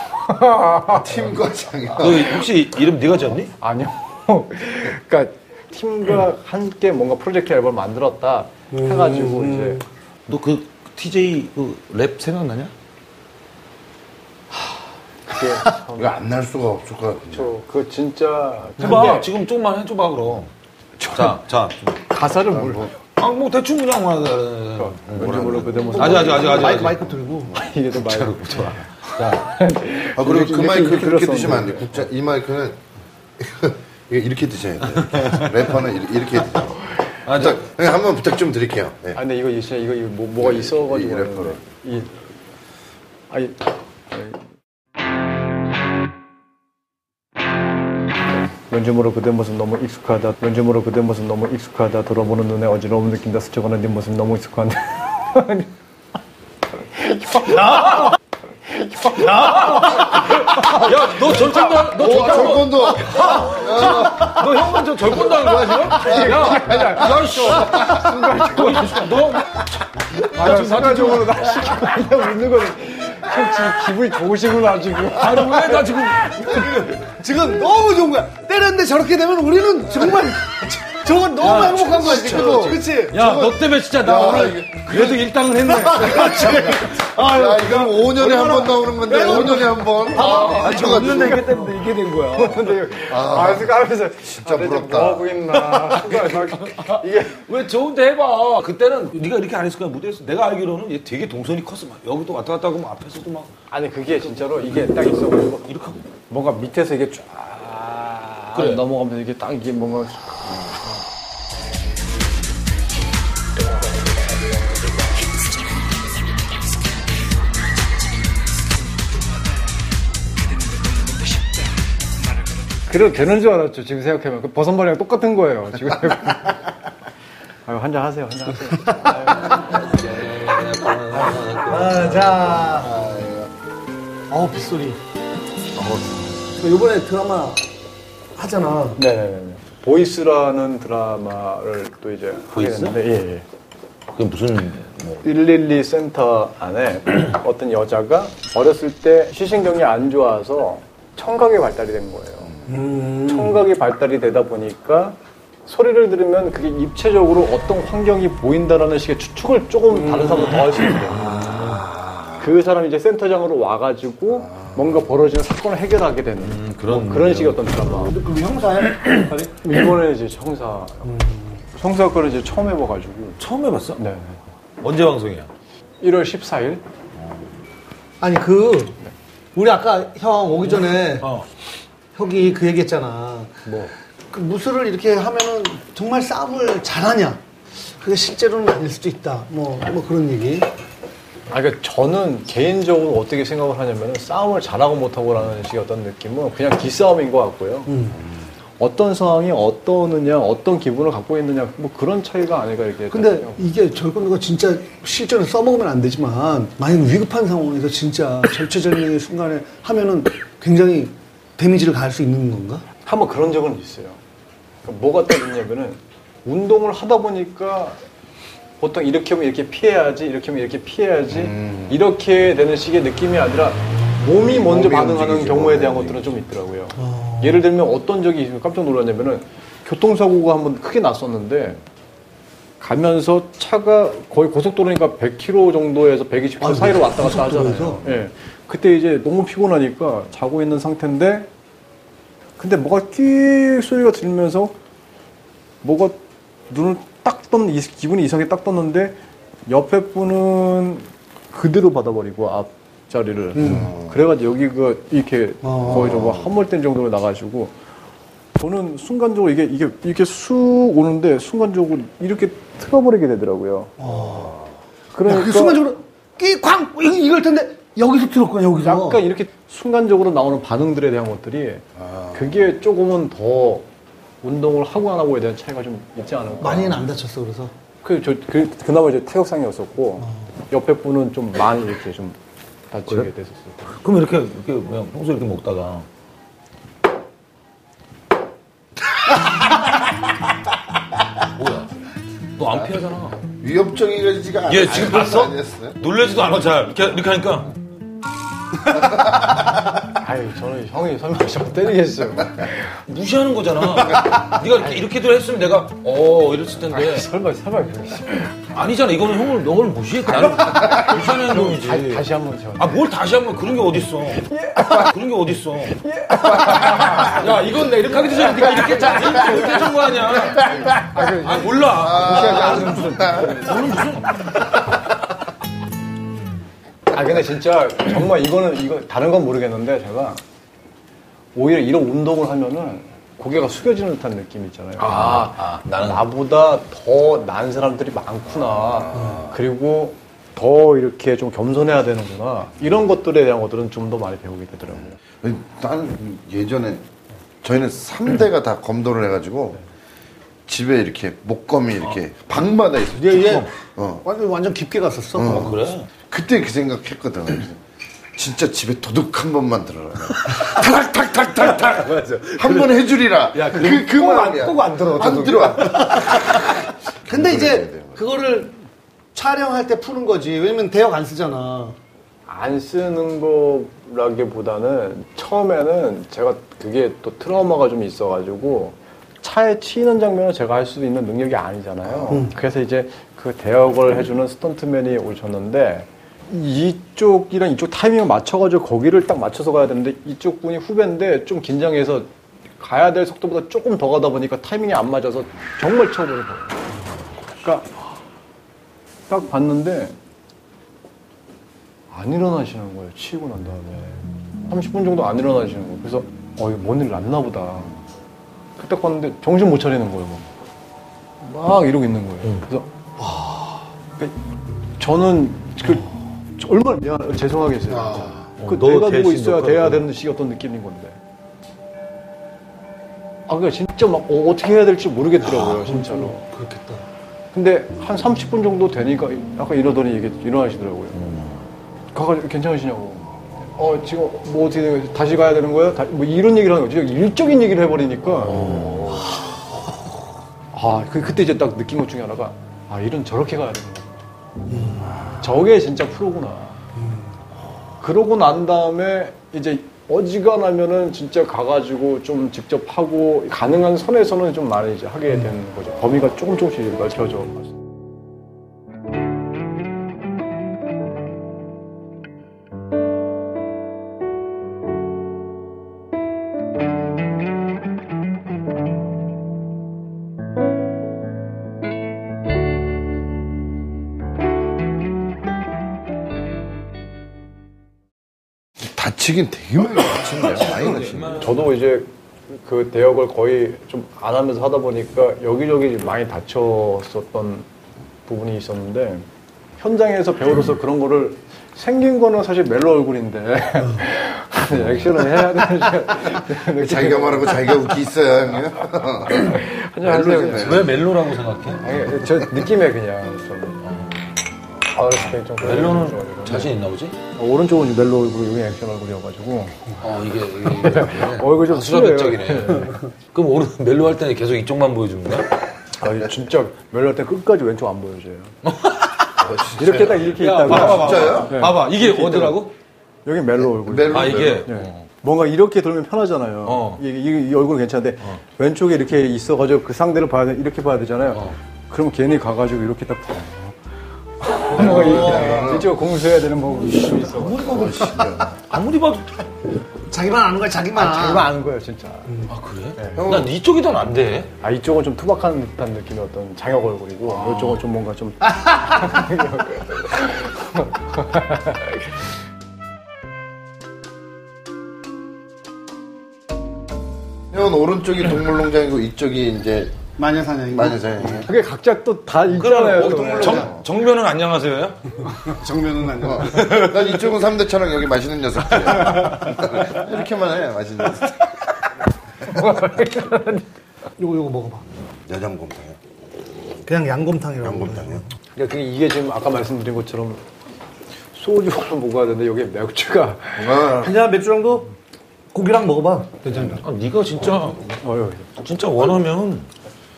B: 팀과 장애.
D: 너 혹시 이름 네가 지었니?
C: 아니요. 그러니까 팀과 함께 뭔가 프로젝트 앨범 만들었다 해가지고 이제
D: 너 그 TJ 그 랩 생각나냐?
C: 그게
B: 이거 안 날 수가 없을 것 같아요.
C: 저, 그 진짜.
D: 해봐
C: 근데
D: 지금 좀만 해줘봐 그럼. 자자
C: 가사를 몰라.
D: 아, 뭐 대충 그냥 뭐
C: 뭔지 모르고 그대 모
D: 아직 아직 아직 아직
A: 마이크,
D: 아직.
A: 마이크 들고
C: 이게 좀 말고.
B: 아 그리고 그
C: 이렇게
B: 마이크 그렇게
C: 들었었는데.
B: 드시면 안 돼. 국자 이 마이크는 이거 이렇게 드셔야 돼. 래퍼는 이렇게, 이렇게 드세요.
D: 아, 저-
B: 부탁, 형, 한번 부탁 좀 드릴게요. 네.
C: 아, 근데 이거 진짜 이거 이거 뭐, 뭐가
B: 이-
C: 있어가지고.
B: 이 래퍼를.
C: 하는데. 이. 아니. 아니. 면접으로 그대 모습 너무 익숙하다. 면접으로 그대 모습 너무 익숙하다. 돌아보는 눈에 어지러움 느낀다. 스쳐가는 네 모습 너무 익숙한데.
D: 야너 절권다 너
B: 오, 정권도
D: 너 형만 저 절권당한 거야 지금? 야, 야, 씨. 너,
C: 아, 순간적으로 나 시키고 그냥 웃는 거는. 솔직히 기분이 좋으시구나, 지금.
D: 아니, 왜 나 지금.
A: 지금 너무 좋은 거야 때렸는데 저렇게 되면 우리는 정말 저건 너무 행복한 거야 지금 그치?
D: 야, 너 때문에 진짜 나 오늘 그래도 일당을 했네.
B: 야, 이건 5년에 한 번 나오는 건데 5년에 한 번. 아, 아, 저거
C: 웃는데 이게 때문에 이게 된 거야. 근데 아, 그래서 까면서 진짜
B: 부럽다.
C: 뭐 하고 있나. 순간 이게
D: 왜 저한테 해봐. 그때는 네가 이렇게 안 했을 거야, 무대에서. 내가 알기로는 얘 되게 동선이 컸어. 막 여기도 왔다 갔다 하고 막 앞에서도 막뭐
C: 아니 그게 진짜로 이게 딱 있어가지고
D: 이렇게 하고.
C: 뭔가 밑에서 이게 쫙
D: 그래.
C: 넘어가면서 이게 딱 이게 뭔가 그래도 되는 줄 알았죠 지금 생각해보면 그 버선발이랑 똑같은 거예요 지금 아유 한잔 하세요 한잔 하세요
A: 아, 자 어우 빗소리 그 요번에 드라마 하잖아
C: 네네네 보이스라는 드라마를 또 이제
D: 보이스?
C: 하게 됐는데 예, 예.
D: 그게 무슨, 뭐.
C: 112 센터 안에 어떤 여자가 어렸을 때 시신경이 안 좋아서 청각이 발달이 된 거예요.
A: 음.
C: 청각이 발달이 되다 보니까 소리를 들으면 그게 입체적으로 어떤 환경이 보인다라는 식의 추측을
A: 음.
C: 조금 다른 사람도 더 할 수 있어요.
A: 아.
C: 그 사람이 이제 센터장으로 와가지고 뭔가 벌어지는 사건을 해결하게 되는
D: 그런
C: 그런 식의 어떤 드라마.
A: 음, 그럼 형사야? 음.
C: 일본에 이제 형사, 형사 거를 이제 처음 해봐가지고.
D: 처음 해봤어?
C: 네.
D: 언제 방송이야?
C: 1월 14일
A: 아니 그 우리 아까 형 오기 전에
D: 어.
A: 혁이 그 얘기했잖아.
C: 뭐.
A: 그 무술을 이렇게 하면은 정말 싸움을 잘하냐? 그게 실제로는 아닐 수도 있다. 뭐, 뭐 그런 얘기.
C: 아, 그러니까 저는 개인적으로 어떻게 생각을 하냐면 싸움을 잘하고 못하고라는 식의 어떤 느낌은 그냥 기싸움인 것 같고요.
A: 음.
C: 어떤 상황이 어떠느냐, 어떤 기분을 갖고 있느냐, 뭐 그런 차이가 아닐까 이렇게.
A: 근데
C: 생각해요.
A: 이게 절권도가 진짜 실전에 써먹으면 안 되지만 만약 위급한 상황에서 진짜 절체절명의 순간에 하면은 굉장히 데미지를 가할 수 있는 건가?
C: 한번 그런 적은 있어요. 그러니까 뭐가 떨어졌냐면은 운동을 하다 보니까 보통 이렇게 하면 이렇게 피해야지, 이렇게 하면 이렇게 피해야지,
B: 음.
C: 이렇게 되는 식의 느낌이 아니라 몸이 먼저
B: 몸이 네.
C: 반응하는
B: 움직이죠.
C: 경우에 대한 것들은 좀 있더라고요. 예를 들면 어떤 적이 깜짝 놀랐냐면은 교통사고가 한번 크게 났었는데 가면서 차가 거의 고속도로니까 100km 정도에서 120km 사이로 왔다 갔다 하잖아요. 예. 그때 이제 너무 피곤하니까 자고 있는 상태인데 근데 뭐가 끼익 소리가 들면서 뭐가 눈을 딱 떴는 이- 기분이 이상하게 딱 떴는데 옆에 분은 그대로 받아버리고 앞 자리를 그래가지고 여기가 이렇게 거의 좀 함몰된 정도로 나가지고 저는 순간적으로 이게 이게 이렇게 쑥 오는데 순간적으로 이렇게 틀어버리게 되더라고요. 그러니까
A: 그 순간적으로 끼광 이걸 텐데 여기서 들었구나 여기서.
C: 약간 이렇게 순간적으로 나오는 반응들에 대한 것들이
A: 아.
C: 그게 조금은 더 운동을 하고 안 하고에 대한 차이가 좀 있지 않을까.
A: 많이는 안 다쳤어 그래서.
C: 그, 저, 그, 그나마 이제 타격상이었었고,
A: 어.
C: 옆에 분은 좀 많이 이렇게 좀 다치게 됐었어요.
D: 그럼 이렇게, 이렇게 그냥 평소 이렇게 먹다가 뭐야? 너 안 피하잖아.
B: 위협적이지가
A: 예,
B: 않아.
D: 얘 지금 봤어?
B: 아니었어요?
D: 놀라지도 않아 잘. 이렇게, 이렇게 하니까
C: 아유, 저는 형이 설마 저 때리겠어요.
D: 무시하는 거잖아. 네가 이렇게, 이렇게도 했으면 내가 어 이랬을 텐데
C: 설마, 설마 그러겠어요.
D: 아니잖아. 이거는 형을 너를 무시했고 나는 무시하는 행동이지.
C: 다시 한번 저.
D: 아 뭘 다시 한번 그런 게 어딨어 그런 게 어딨어 야 이건 내 이렇게 하기 전에 네가 이렇게 했잖아 이렇게 해준 거 아니야 아 몰라 너는 무슨
C: 아, 근데 진짜 정말 이거는, 이거, 다른 건 모르겠는데, 제가 오히려 이런 운동을 하면은 고개가 숙여지는 듯한 느낌 있잖아요.
D: 아, 아, 나는-
C: 나보다 더 난 사람들이 많구나.
D: 아.
C: 그리고 더 이렇게 좀 겸손해야 되는구나. 이런 것들에 대한 것들은 좀 더 많이 배우게 되더라고요.
B: 아니, 나는 예전에 저희는 3대가 다 검도를 해가지고 집에 이렇게 목검이 이렇게 방마다 있어.
A: 얘 얘.
B: 어.
A: 예, 완전 완전 깊게 갔었어. 아,
D: 그래
B: 그때 그 생각했거든. 그래서 진짜 집에 도둑 한 번만 들어라. 탁탁탁탁탁탁.
A: 아,
B: 한 번 해주리라. 그, 그 마음이야.
A: 꼭안 들어.
B: 안 들어와.
A: 근데
B: 그래야
A: 이제
B: 돼요.
A: 그거를 촬영할 때 푸는 거지. 왜냐면 대역 안 쓰잖아.
C: 안 쓰는 거라기보다는 처음에는 제가 그게 또 트라우마가 좀 있어가지고 차에 치이는 장면을 제가 할 수 있는 능력이 아니잖아요. 그래서 이제 그 대역을 해주는 스턴트맨이 오셨는데 이쪽이랑 이쪽 타이밍을 맞춰가지고 거기를 딱 맞춰서 가야 되는데 이쪽 분이 후배인데 좀 긴장해서 가야 될 속도보다 조금 더 가다 보니까 타이밍이 안 맞아서 정말 쳐버린 거예요. 그러니까 딱 봤는데 안 일어나시는 거예요. 치우고 난 다음에 30분 정도 안 일어나시는 거예요. 그래서 어 이거 뭔 일 났나 보다. 그때 봤는데 정신 못 차리는 거예요. 뭐. 막, 막 이러고 있는 거예요. 그래서 와. 그러니까 저는 그 얼마나 미안 죄송하겠어요. 그
D: 어, 너
C: 내가 보고
D: 대신
C: 있어야
D: 역할을
C: 돼야
D: 하고.
C: 되는 식이 어떤 느낌인 건데. 아 그러니까 진짜 막 어, 어떻게 해야 될지 모르겠더라고요
D: 아,
C: 진짜로.
A: 그렇겠다.
C: 근데 한 30분 정도 되니까 약간 이러더니 이게 일어나시더라고요. 가가지고 괜찮으시냐고. 어, 지금 뭐 어떻게 돼요? 다시 가야 되는 거예요? 다- 뭐 이런 얘기를 하는 거죠. 일적인 얘기를 해버리니까. 아, 그, 그때 이제 딱 느낀 것 중에 하나가, 아, 일은 저렇게 가야 되는 거야. 저게 진짜 프로구나. 그러고 난 다음에 이제 어지간하면은 진짜 가가지고 좀 직접 하고 가능한 선에서는 좀 많이 이제 하게 되는 거죠. 범위가 조금 조금씩 넓혀져.
B: 그 다치긴 되게 많이 다친대요. 많이 다친대요.
C: 저도 이제 그 대역을 거의 좀 안 하면서 하다 보니까 여기저기 많이 다쳤었던 부분이 있었는데 현장에서 배우로서 그런 거를 생긴 거는 사실 멜로 얼굴인데 액션을 해야 되는 느낌.
B: 자기가 말하고 자기가 웃기 있어요, 형님.
C: 한잔 하세요. 그냥.
D: 왜 멜로라고 생각해
C: 아니, 저 느낌에 그냥 좀. 어, 아, 그래서 좀 그런 게 좀.
D: 멜로는 자신 있나 보지
C: 오른쪽은 멜로 얼굴이고 여기 액션 얼굴이어가지고 어,
D: 어 이게 이게, 이게
C: 얼굴
D: 아,
C: 좀
D: 수라백적이네 그럼 오른 멜로 할 때는 계속 이쪽만 보여주는 거야
C: 아, 진짜 멜로 할 때 끝까지 왼쪽 안 보여줘요. 이렇게 딱 이렇게 있다가
B: 진짜요?
D: 봐봐 이게 어디라고
C: 여기 네. 멜로 얼굴.
B: 멜로,
D: 아 이게
C: 네. 뭔가 이렇게 돌면 편하잖아요. 어.
D: 어.
C: 이게- 이, 이 얼굴은 괜찮은데 왼쪽에 이렇게 있어가지고 그 상대를 봐야 돼, 이렇게 봐야 되잖아요. 그럼 괜히 가가지고 이렇게 딱 뭔가 이렇게 이쪽 공수해야 되는 뭐 이슈 있어.
D: 아무리 봐도
A: 자기만 아는 거야, 자기만.
C: 제가 아는 거예요 진짜.
D: 아 그래? 난 이쪽이 더 난데.
C: 아 이쪽은 좀 투박한 듯한 느낌의 어떤 장혁 얼굴이고 이쪽은 좀 뭔가 좀
B: 현 오른쪽이 동물농장이고 이쪽이 이제
A: 마녀사냥이.
B: 마녀사냥이에요.
C: 그게 각자 또 다 있잖아요. 또.
D: 어, 정, 정면은 안녕하세요?
A: 정면은 아니고.
B: 어. 난 이쪽은 3대 천왕 여기 맛있는 녀석들. 이렇게만 해, 맛있는 녀석.
A: 요거, 요거 먹어봐.
B: 여장곰탕이요?
A: 그냥 양곰탕이라고.
B: 양곰탕이요?
C: 그러니까 그게 이게 지금 아까 말씀드린 것처럼 소주로 먹어야 되는데 여기 맥주가
A: 그냥 맥주랑도 고기랑 먹어봐. 괜찮다.
D: 아, 네가 진짜
C: 어휴.
D: 진짜 원하면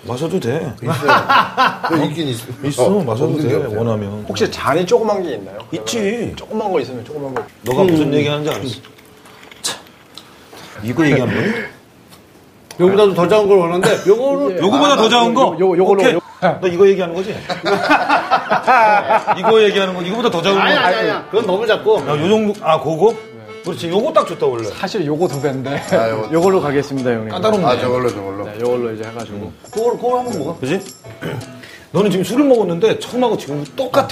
D: 마셔도 돼.
B: 그 있긴 있어.
D: 있어
B: 어,
D: 마셔도
B: 없는
D: 돼
B: 게 없어요.
D: 원하면.
C: 혹시 잔이 조그만 게 있나요?
D: 있지.
C: 조그만 거 있으면 조그만 거.
D: 너가 무슨 얘기하는지 알았어. 참. 이거 얘기한 거야?
A: 요거보다도 더 작은 걸 원하는데, 요거는.
D: 요거보다 더 작은 거?
C: 어, 요- 요- 요걸로-
D: 오케이.
C: 요-
D: 너 이거 얘기하는 거지? 이거 얘기하는 거. 이거보다 더 작은 거.
A: 아니, 아니, 아니. 그건 너무 작고.
D: 야, 요 정도 아 그거? 그렇지. 요거 딱 좋다 원래.
C: 사실 요거 두 배인데
B: 아, 요거.
C: 요걸로 가겠습니다 형님.
D: 까다롭네.
B: 아, 저걸로, 저걸로.
C: 네, 요걸로 이제 해가지고
A: 그걸, 그걸 한번 먹어.
D: 그지? 너는 지금 술을 먹었는데 처음하고 지금 똑같아.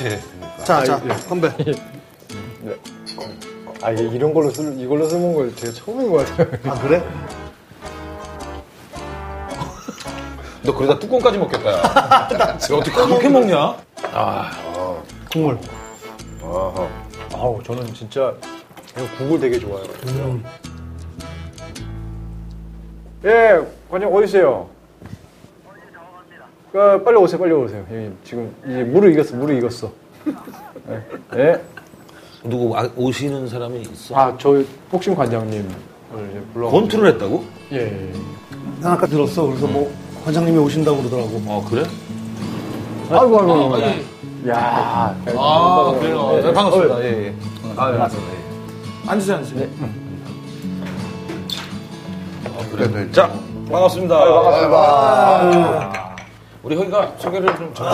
A: 자, 예. 자, 건배.
C: 아 이게 이런 걸로 쓰는 이걸로 쓰는 걸 제가 처음인 것 같아요.
A: 아, 그래?
D: 너 그러다 뚜껑까지 먹겠다. 야, 너 어떻게 그렇게 먹냐?
A: 국물.
C: 아우 저는 진짜 이거 국을 되게 좋아해요. 예, 관장 어디세요? 그, 빨리 오세요, 빨리 오세요. 예, 지금 이제 물을 익었어, 물을 익었어. 예. 예.
D: 누구 아- 오시는 사람이 있어?
C: 아, 저 복심 관장님을 어, 이제 불러.
D: 권투를 했다고?
C: 예, 예. 예.
A: 난 아까 들었어. 그래서 뭐, 관장님이 오신다고 그러더라고.
D: 아 그래?
C: 아이고, 아이고, 아이고. 야.
D: 아 그래요. 네, 반갑습니다. 예, 네. 예.
C: 아, 네.
D: 앉으세요, 앉으세요.
B: 그래도 이제.
D: 아, 네. 자, 네, 반갑습니다.
B: 아,
D: 우리 허기가 소개를 좀 잘.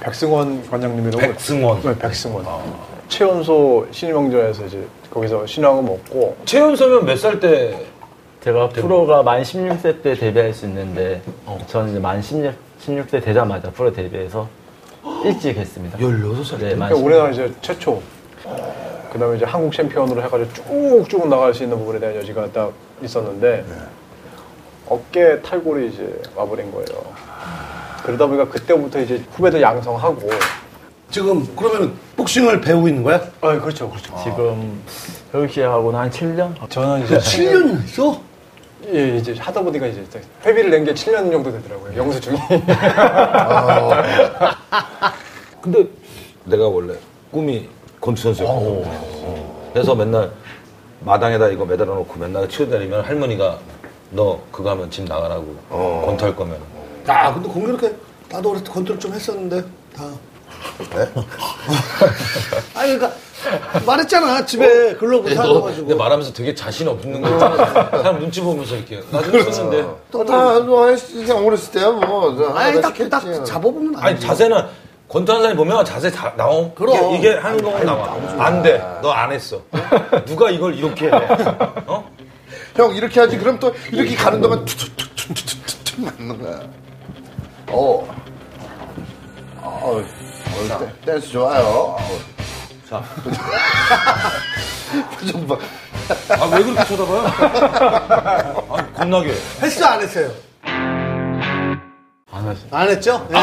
C: 백승원 관장님이라고.
D: 아, 백승원.
C: 네, 백승원. 최연소 신인왕전에서 이제 거기서 신왕을 먹고
D: 최연소면 몇 살 때
G: 제가 프로가 만 16세 때 데뷔할 수 있는데 저는 이제 만 16, 16세 되자마자 프로 데뷔해서 일찍 했습니다.
D: 16살
G: 네, 만
C: 그러니까 우리나라 이제 최초. 그다음에 이제 한국 챔피언으로 해가지고 쭉쭉 나갈 수 있는 부분에 대한 여지가 딱 있었는데 어깨 탈골이 이제 와버린 거예요. 그러다 보니까 그때부터 이제 후배들 양성하고.
A: 지금, 그러면은, 복싱을 배우고 있는 거야?
C: 아, 그렇죠, 그렇죠.
G: 지금 혈기하고는 한 7년?
C: 저는
A: 네.
C: 이제
A: 7년이나 있어?
C: 예, 이제 하다 보니까 이제 딱 회비를 낸 게 7년 정도 되더라고요. 영수증이.
D: 근데 내가 원래 꿈이 권투 선수였거든. 그래서 맨날 마당에다 이거 매달아 놓고 맨날 치고 다니면 할머니가 너 그거 하면 집 나가라고 권투할 거면
A: 아, 근데 공교롭게, 나도 어렸을 때 컨트롤 좀 했었는데, 다. 네? 아니, 그러니까, 말했잖아. 집에 글로
D: 근데, 네, 너, 근데 말하면서 되게 자신 없는 거
A: 어.
D: 있잖아 사람 눈치 보면서 이렇게 나도
A: 그렇죠.
D: 했었는데
B: 또 다, 뭐, 할 수- 그냥 어렸을 때야, 뭐.
A: 아니, 딱,
B: 시켰지.
A: 딱 잡아보면 안
D: 아니 자세는 권투하는 사람이 보면 자세 다 나옴 이게-
A: 음. 그럼.
D: 이게 하는 거면 나와 안돼 너 안 했어 누가 이걸 이렇게 해 어?
B: 형, 이렇게 하지. 그럼 또, 이렇게 가는 동안 툭툭툭툭툭툭툭 맞는 거야. 어. 어, 때 댄스 좋아요.
D: 자.
B: 표정 봐.
D: 아 왜 그렇게 쳐다봐요? 아 겁나게
A: 했어, 안 했어요? 안 했어요. 안 했죠? 예.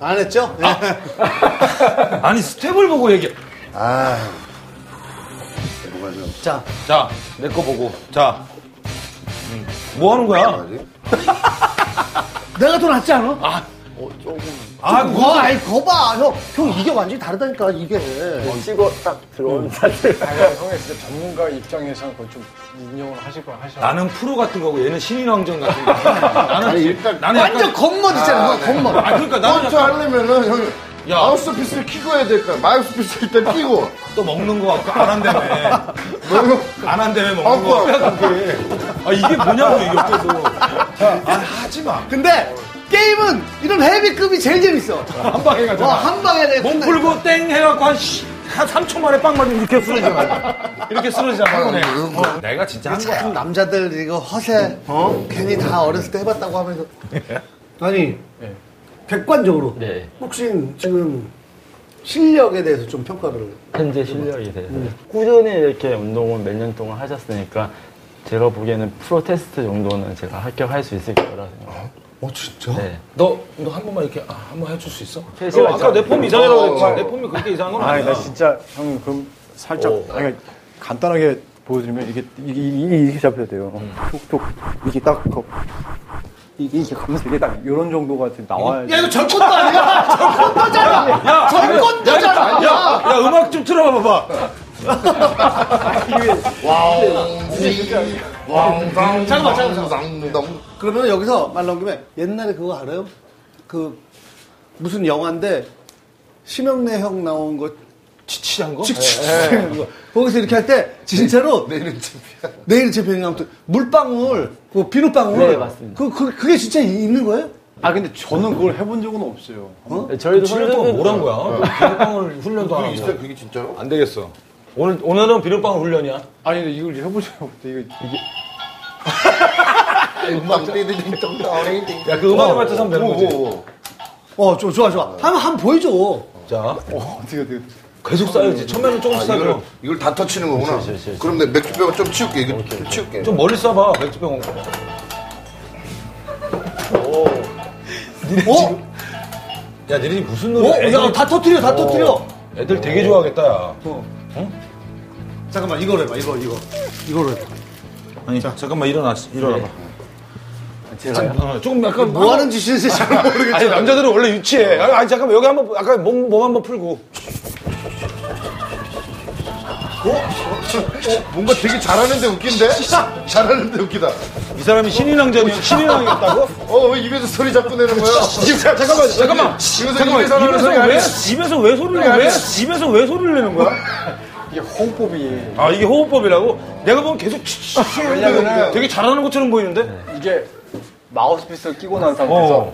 A: 안 했죠? 예.
D: 아니 스텝을 보고 얘기
B: 아,
A: 자,
D: 자, 내 거 보고. 자. 뭐 하는 거야?
A: 내가 더 낫지 않아?
D: 아,
A: 거, 아이, 거봐. 형, 형, 이게 완전히 다르다니까, 이게.
G: 찍어 딱 들어오는 자들.
C: 아니, 형이 진짜 전문가 입장에서 그걸 좀 인정을 하실 거 하셔.
D: 나는 프로 같은 거고 얘는 신인왕전 같은 거. 나는
B: 아니, 일단
D: 나는
A: 완전
D: 약간,
A: 겉멋 있잖아, 형, 겉멋.
D: 아 그러니까 나는
B: 펀트
D: 약간
B: 하려면은 형이
D: 야.
B: 마우스피스를 끼고 해야 될 거야. 마우스피스 일단 끼고.
D: 또 먹는 거 같고 안 한다며.
B: 너무
D: 안 한다며 먹는 거.
B: 아파.
D: 같고. 아 이게 뭐냐고 이게 옆에서. 아 하지 마.
A: 근데, 게임은 이런 헤비급이 제일 재밌어.
C: 한 방에 가잖아.
A: 와, 한 방에 내가
D: 몸
A: 끝내.
D: 풀고 땡 해갖고 한, 씨, 한 3초 만에 빵 맞으면 이렇게 쓰러져. 이렇게 쓰러지잖아. 어. 내가 진짜 한 거야.
A: 참 남자들 이거 허세 어? 괜히 다 어렸을 때 해봤다고 하면서
H: 아니
C: 예.
H: 객관적으로
G: 네.
H: 혹시 지금 실력에 대해서 좀 평가를
G: 현재 실력이 돼서 꾸준히 이렇게 운동을 몇 년 동안 하셨으니까 제가 보기에는 프로 테스트 정도는 제가 합격할 수 있을 거라 생각합니다.
A: 어 진짜?
G: 네.
D: 너, 너 한 번만 이렇게, 아, 한 번 해줄 수 있어?
G: 최시가
D: 아까 내 폼 이상이라고 그랬지.
B: 어, 어.
D: 내 폼이 그렇게 이상한 건
C: 네, 아니
D: 아니야.
C: 나 진짜 형 그럼 살짝
D: 오.
C: 아니, 그러니까 간단하게 보여드리면 이게 이게, 이게 이렇게 잡혀야 돼요. 톡톡 이게 딱 거- 이게 이렇게 하면서 이게 딱 이런 정도가 지금 나와야 돼.
A: 야 이거 절권도 아니야? 절권도잖아! 절권도잖아!
D: 야, 야, 음악 좀 틀어봐봐.
B: 왕당
A: 잠깐만, 잠깐만.
B: 왕당
A: 그러면 여기서 말 나온 김에 옛날에 그거 알아요? 그 무슨 영화인데 심형래 형 나온 거
D: 치치한 거?
A: 칙칙칙 거. 거기서 이렇게 할 때 진짜로
B: 내는 집이야.
A: 내일 제 병이 아무튼 물방울 그 비눗방울
G: 네, 맞습니다.
A: 그, 그, 그게 진짜 이- 있는 거예요?
C: 아 근데 저는 그걸 해본 적은 없어요.
G: 저희도
D: 7년 동안 뭘 한그 거야? 비눗방울 훈련도 안
B: 있어요
D: 하고.
B: 그게 진짜로?
D: 안 되겠어. 오늘, 오늘은 비눗방울 훈련이야.
C: 아니 근데 이걸 해본 적이 없대. 이거 이게
B: 아, 음악 띠디딩 똥덩이
D: 야, 그 음악에 맞춰서 하면 되는 거지.
A: 어 좋아 좋아 좋아 한번 한번 보여줘 어?
D: 자,
C: 어떻게 어떻게
D: 계속 쌓여야지. 처음에는 아, 조금씩 쌓여.
B: 이걸, 이걸 다 터치는 거구나. 그럼 내 맥주병을 좀 치울게. 이거 예. 좀 치울게.
D: 좀 멀리 쏴봐, 맥주병.
A: 어?
D: 야, 니네 집 무슨
A: 어?
D: 노래?
A: 야, 다 터트려 다 터트려
D: 애들 되게 좋아하겠다, 야.
A: 잠깐만 이걸 해봐 이거 이거 이걸 해봐
D: 아니, 잠깐만, 일어나, 일어나봐. 아, 제가요? 네. 어, 조금 약간.
A: 뭐 하는 짓인지 잘 모르겠어
D: 아니, 남자들은 원래 유치해. 아니, 아니, 잠깐만, 여기 한 번, 아까 몸, 몸 한번 풀고.
B: 뭔가 되게 잘하는데 웃긴데? 잘하는데 웃기다.
D: 이 사람이 신인왕자면 신인왕이었다고?
B: 어, 왜 입에서 소리 자꾸 내는 거야?
D: 야, 잠깐만, 잠깐만.
B: 지금
D: 잠깐만,
B: 입에서 하는
D: 입에서
B: 소리
D: 왜,
B: 아니야?
D: 입에서 왜 소리를 내? 왜? 입에서 왜 소리를 내는 거야?
C: 이게 호흡법이
D: 아, 이게 호흡법이라고? 내가 보면 계속 치치
C: 왜냐면은-
D: 되게 잘하는 것처럼 보이는데? 어,
C: 이게 마우스피스를 끼고 난 상태에서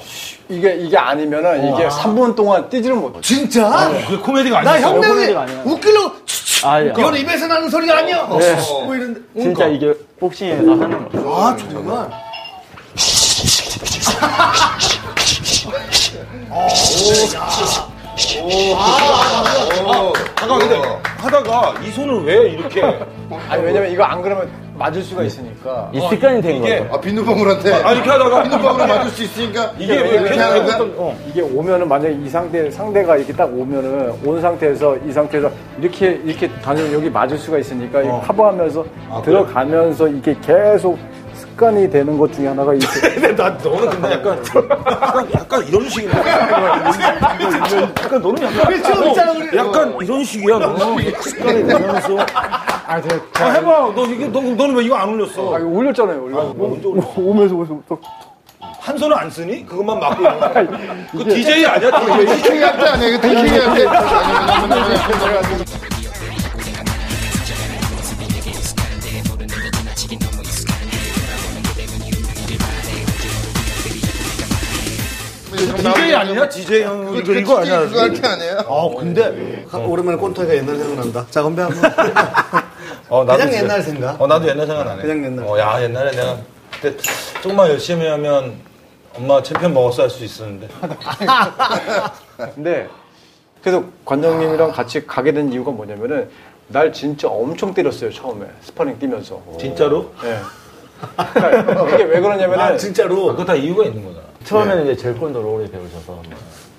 C: 이게 이게 아니면은 이게 3분 동안 뛰지를 못.
A: 진짜? 어.
D: 그게 코미디가 아니야.
A: 나 형님이
G: 요거는 아니야.
A: 웃기려고 치치
G: 아, 예.
A: 이건 입에서 나는 소리가 아니야 뭐 이런데
G: 진짜 이게 복싱에서 하는 거.
A: 아 정말
D: 잠깐만, 근데 하다가 이 손을 왜 이렇게.
C: 아니 왜냐면 이거 안 그러면 맞을 수가 있으니까.
G: 이 습관이 된
D: 이게-
G: 거예요.
B: 아, 빈누방울한테.
D: 아, 이렇게 하다가.
B: 빈누방울을 맞을 수 있으니까.
D: 이게 왜 계속
B: 그냥 하는 거야?
D: 해봤던- 어.
C: 이게 오면은 만약에 이 상태 상대가 이렇게 딱 오면은 온 상태에서 이 상태에서 이렇게 이렇게 다니면 여기 맞을 수가 있으니까 이거 커버하면서 들어가면서 이게 계속 습관이 되는 것 중에 하나가 이게
D: 근데 나 너는 근데 약간 약간, 약간 이런 식이야. 약간 너는 약간
B: 뭐
A: 처음 있잖아, 우리.
D: 약간 이런 식이야. 너는 습관이 되면서.
C: 어, 아, 제가
D: 아, 해봐. 너 이게 너 너는 왜 이거 안 올렸어?
C: 아, 올렸잖아요. 뭐, 올려. 오면서 오면서 또
D: 한 손은 안 쓰니? 그것만 막고. 있는 거야. 그 DJ 아니야? DJ.
B: 킹할 때 아니야. 이거 킹할 때. 아니면 아니면 아니면.
D: DJ 아니야? DJ 형 이거 이거 아니야? 어,
B: 그거 할 게 아니야.
A: 아 근데 가- 오랜만에 꼰터이가 옛날 생각난다 자 건배 한번
D: 어, 나도
A: 그냥
D: 진짜-
A: 옛날 생각. 네.
D: 어, 나도 옛날 생각 안 해.
A: 그냥 옛날.
D: 어, 야, 옛날에 내가 그때 조금만 열심히 하면 엄마 챔피언 먹었어 할 수 있었는데.
C: 아, 근데 그래서 관장님이랑 같이 가게 된 이유가 뭐냐면은 날 진짜 엄청 때렸어요 처음에 스파링 뛰면서.
D: 진짜로?
C: 예. 그러니까 그게 왜 그러냐면은
A: 아 진짜로
D: 그거 다 이유가 있는 거잖아.
G: 처음에는 이제 절권도로 오래 배우셔서 뭐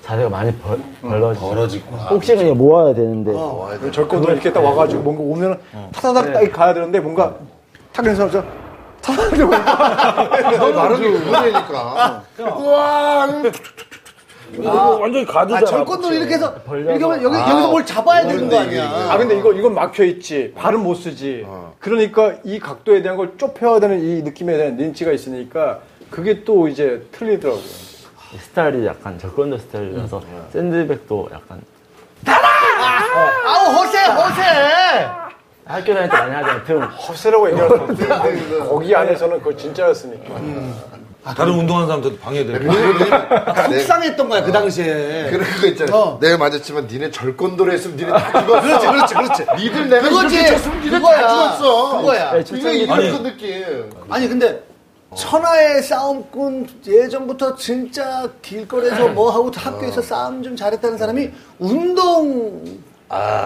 G: 자세가 많이 벌, 벌러지죠.
D: 벌어지고. 아,
G: 복싱은 이거 모아야 되는데
C: 절권도 이렇게 딱 와가지고 뭔가 오면은 타다닥 딱 가야 되는데 뭔가 타는 사람처럼 타다닥
B: 너 말은 그거니까.
D: 이거 완전히 가두잖아.
A: 아, 절권도 이렇게 해서 이렇게 하면 여기, 여기서 뭘 잡아야 되는 거 아니야
C: 아 근데 이거 이건 막혀 있지 발은 못 쓰지
A: 어.
C: 그러니까 이 각도에 대한 걸 좁혀야 되는 이 느낌에 대한 린치가 있으니까 그게 또 이제 틀리더라고요.
G: 스타일이 약간 절권도 스타일이라서 샌드백도 약간
A: 아우 허세 허세
G: 학교 다닐 때 많이 하잖아요. 등. 어,
C: 허세라고 얘기할 수 없어요. 거기 안에서는 그걸 진짜였으니까.
D: 아, 다른 운동하는 사람한테 방해되고.
A: 네. 속상했던 거야 그 당시에.
B: 네. 그런 거 있잖아.
A: 어.
B: 내가 맞았지만 니네 절권도로 했으면 니네 다 죽었어.
A: 그렇지, 그렇지, 그렇지.
B: 니들 내가
A: 그거지.
B: 이렇게 쳤으면 니네
A: 그거야.
B: 다 죽었어.
A: 그거야.
B: 이거 이런 거 느낌.
A: 아니 근데 천하의 싸움꾼 예전부터 진짜 길거리에서 뭐 하고 학교에서 싸움 좀 잘했다는 사람이 운동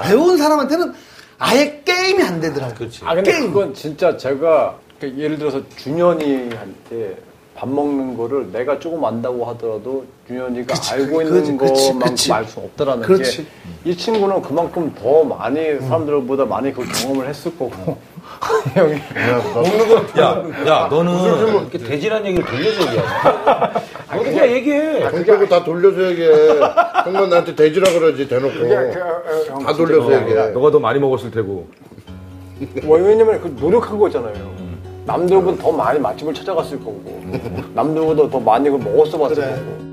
A: 배운 사람한테는 아예 게임이 안 되더라고.
D: 그렇지.
C: 아 근데
A: 게임.
C: 그건 진짜 제가 그 예를 들어서 준현이한테 밥 먹는 거를 내가 조금 안다고 하더라도 준현이가 알고
A: 그치,
C: 있는
A: 그치,
C: 것만큼
A: 그치.
C: 알 수 없더라는
A: 그렇지.
C: 게 이 친구는 그만큼 더 많이 사람들보다 많이 그 경험을 했을 거고 형이
D: 야, 야, 너는 이렇게 돼지란 얘기를 돌려서
A: 아,
D: 얘기하지. 너도 그냥 얘기해.
B: 돈 빼고 다 돌려서 얘기해. 형만 나한테 돼지라 그러지 대놓고.
A: 어,
B: 다 돌려서 얘기해.
D: 너가 더 많이 먹었을 테고.
C: 뭐, 왜냐면 그 노력한 거잖아요. 남들보다 더 많이 맛집을 찾아갔을 거고, 남들보다 더 많이 그걸 먹었어 봤을 거고.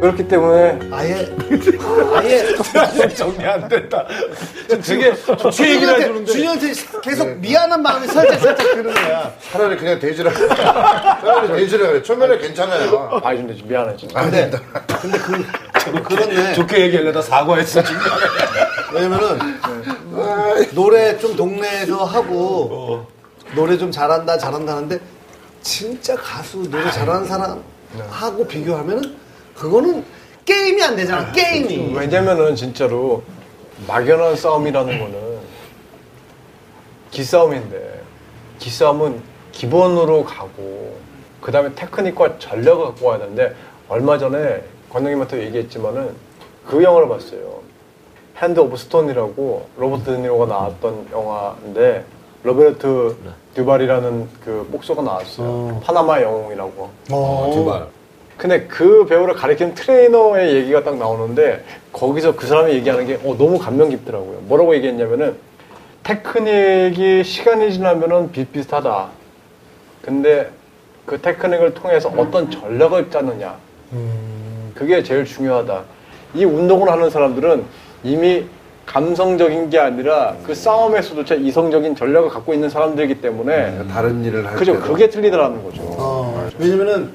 C: 그렇기 때문에
A: 아예 아예
C: 정리 안 된다. 되게
A: 아,
C: 좋게 얘기를
A: 준이한테 준이한테 계속 미안한 마음이 살짝 살짝 드는 거야.
B: 차라리 그냥 돼지라 그래. 차라리 돼지라 그래. 초면에 괜찮아요.
C: 아 근데 좀 미안해 진짜.
A: 근데 근데 그 그렇네.
D: 좋게 얘기하려다 사과했어, 지금.
A: 왜냐면은 노래 좀 동네에서 하고 노래 좀 잘한다 잘한다 하는데 진짜 가수 노래 잘하는 사람 하고 비교하면은 그거는 게임이 안 되잖아 게임이
C: 왜냐면은 진짜로 막연한 싸움이라는 거는 기싸움인데 기싸움은 기본으로 가고 그 다음에 테크닉과 전략을 갖고 와야 되는데 얼마 전에 관장님한테 얘기했지만은 그 영화를 봤어요. 핸드 오브 스톤이라고 로버트 드니로가 나왔던 영화인데 로베르트 듀발이라는 그 복서가 나왔어요. 파나마 영웅이라고.
A: 어,
D: 어,
C: 근데 그 배우를 가리키는 트레이너의 얘기가 딱 나오는데 거기서 그 사람이 얘기하는 게 어, 너무 감명 깊더라고요. 뭐라고 얘기했냐면은 테크닉이 시간이 지나면은 비슷비슷하다. 근데 그 테크닉을 통해서 어떤 전략을 짜느냐. 그게 제일 중요하다. 이 운동을 하는 사람들은 이미 감성적인 게 아니라 그 싸움에서조차 이성적인 전략을 갖고 있는 사람들이기 때문에
B: 다른 일을 할
C: 그죠.
B: 때도.
C: 그게 틀리더라는 거죠.
A: 어, 왜냐면은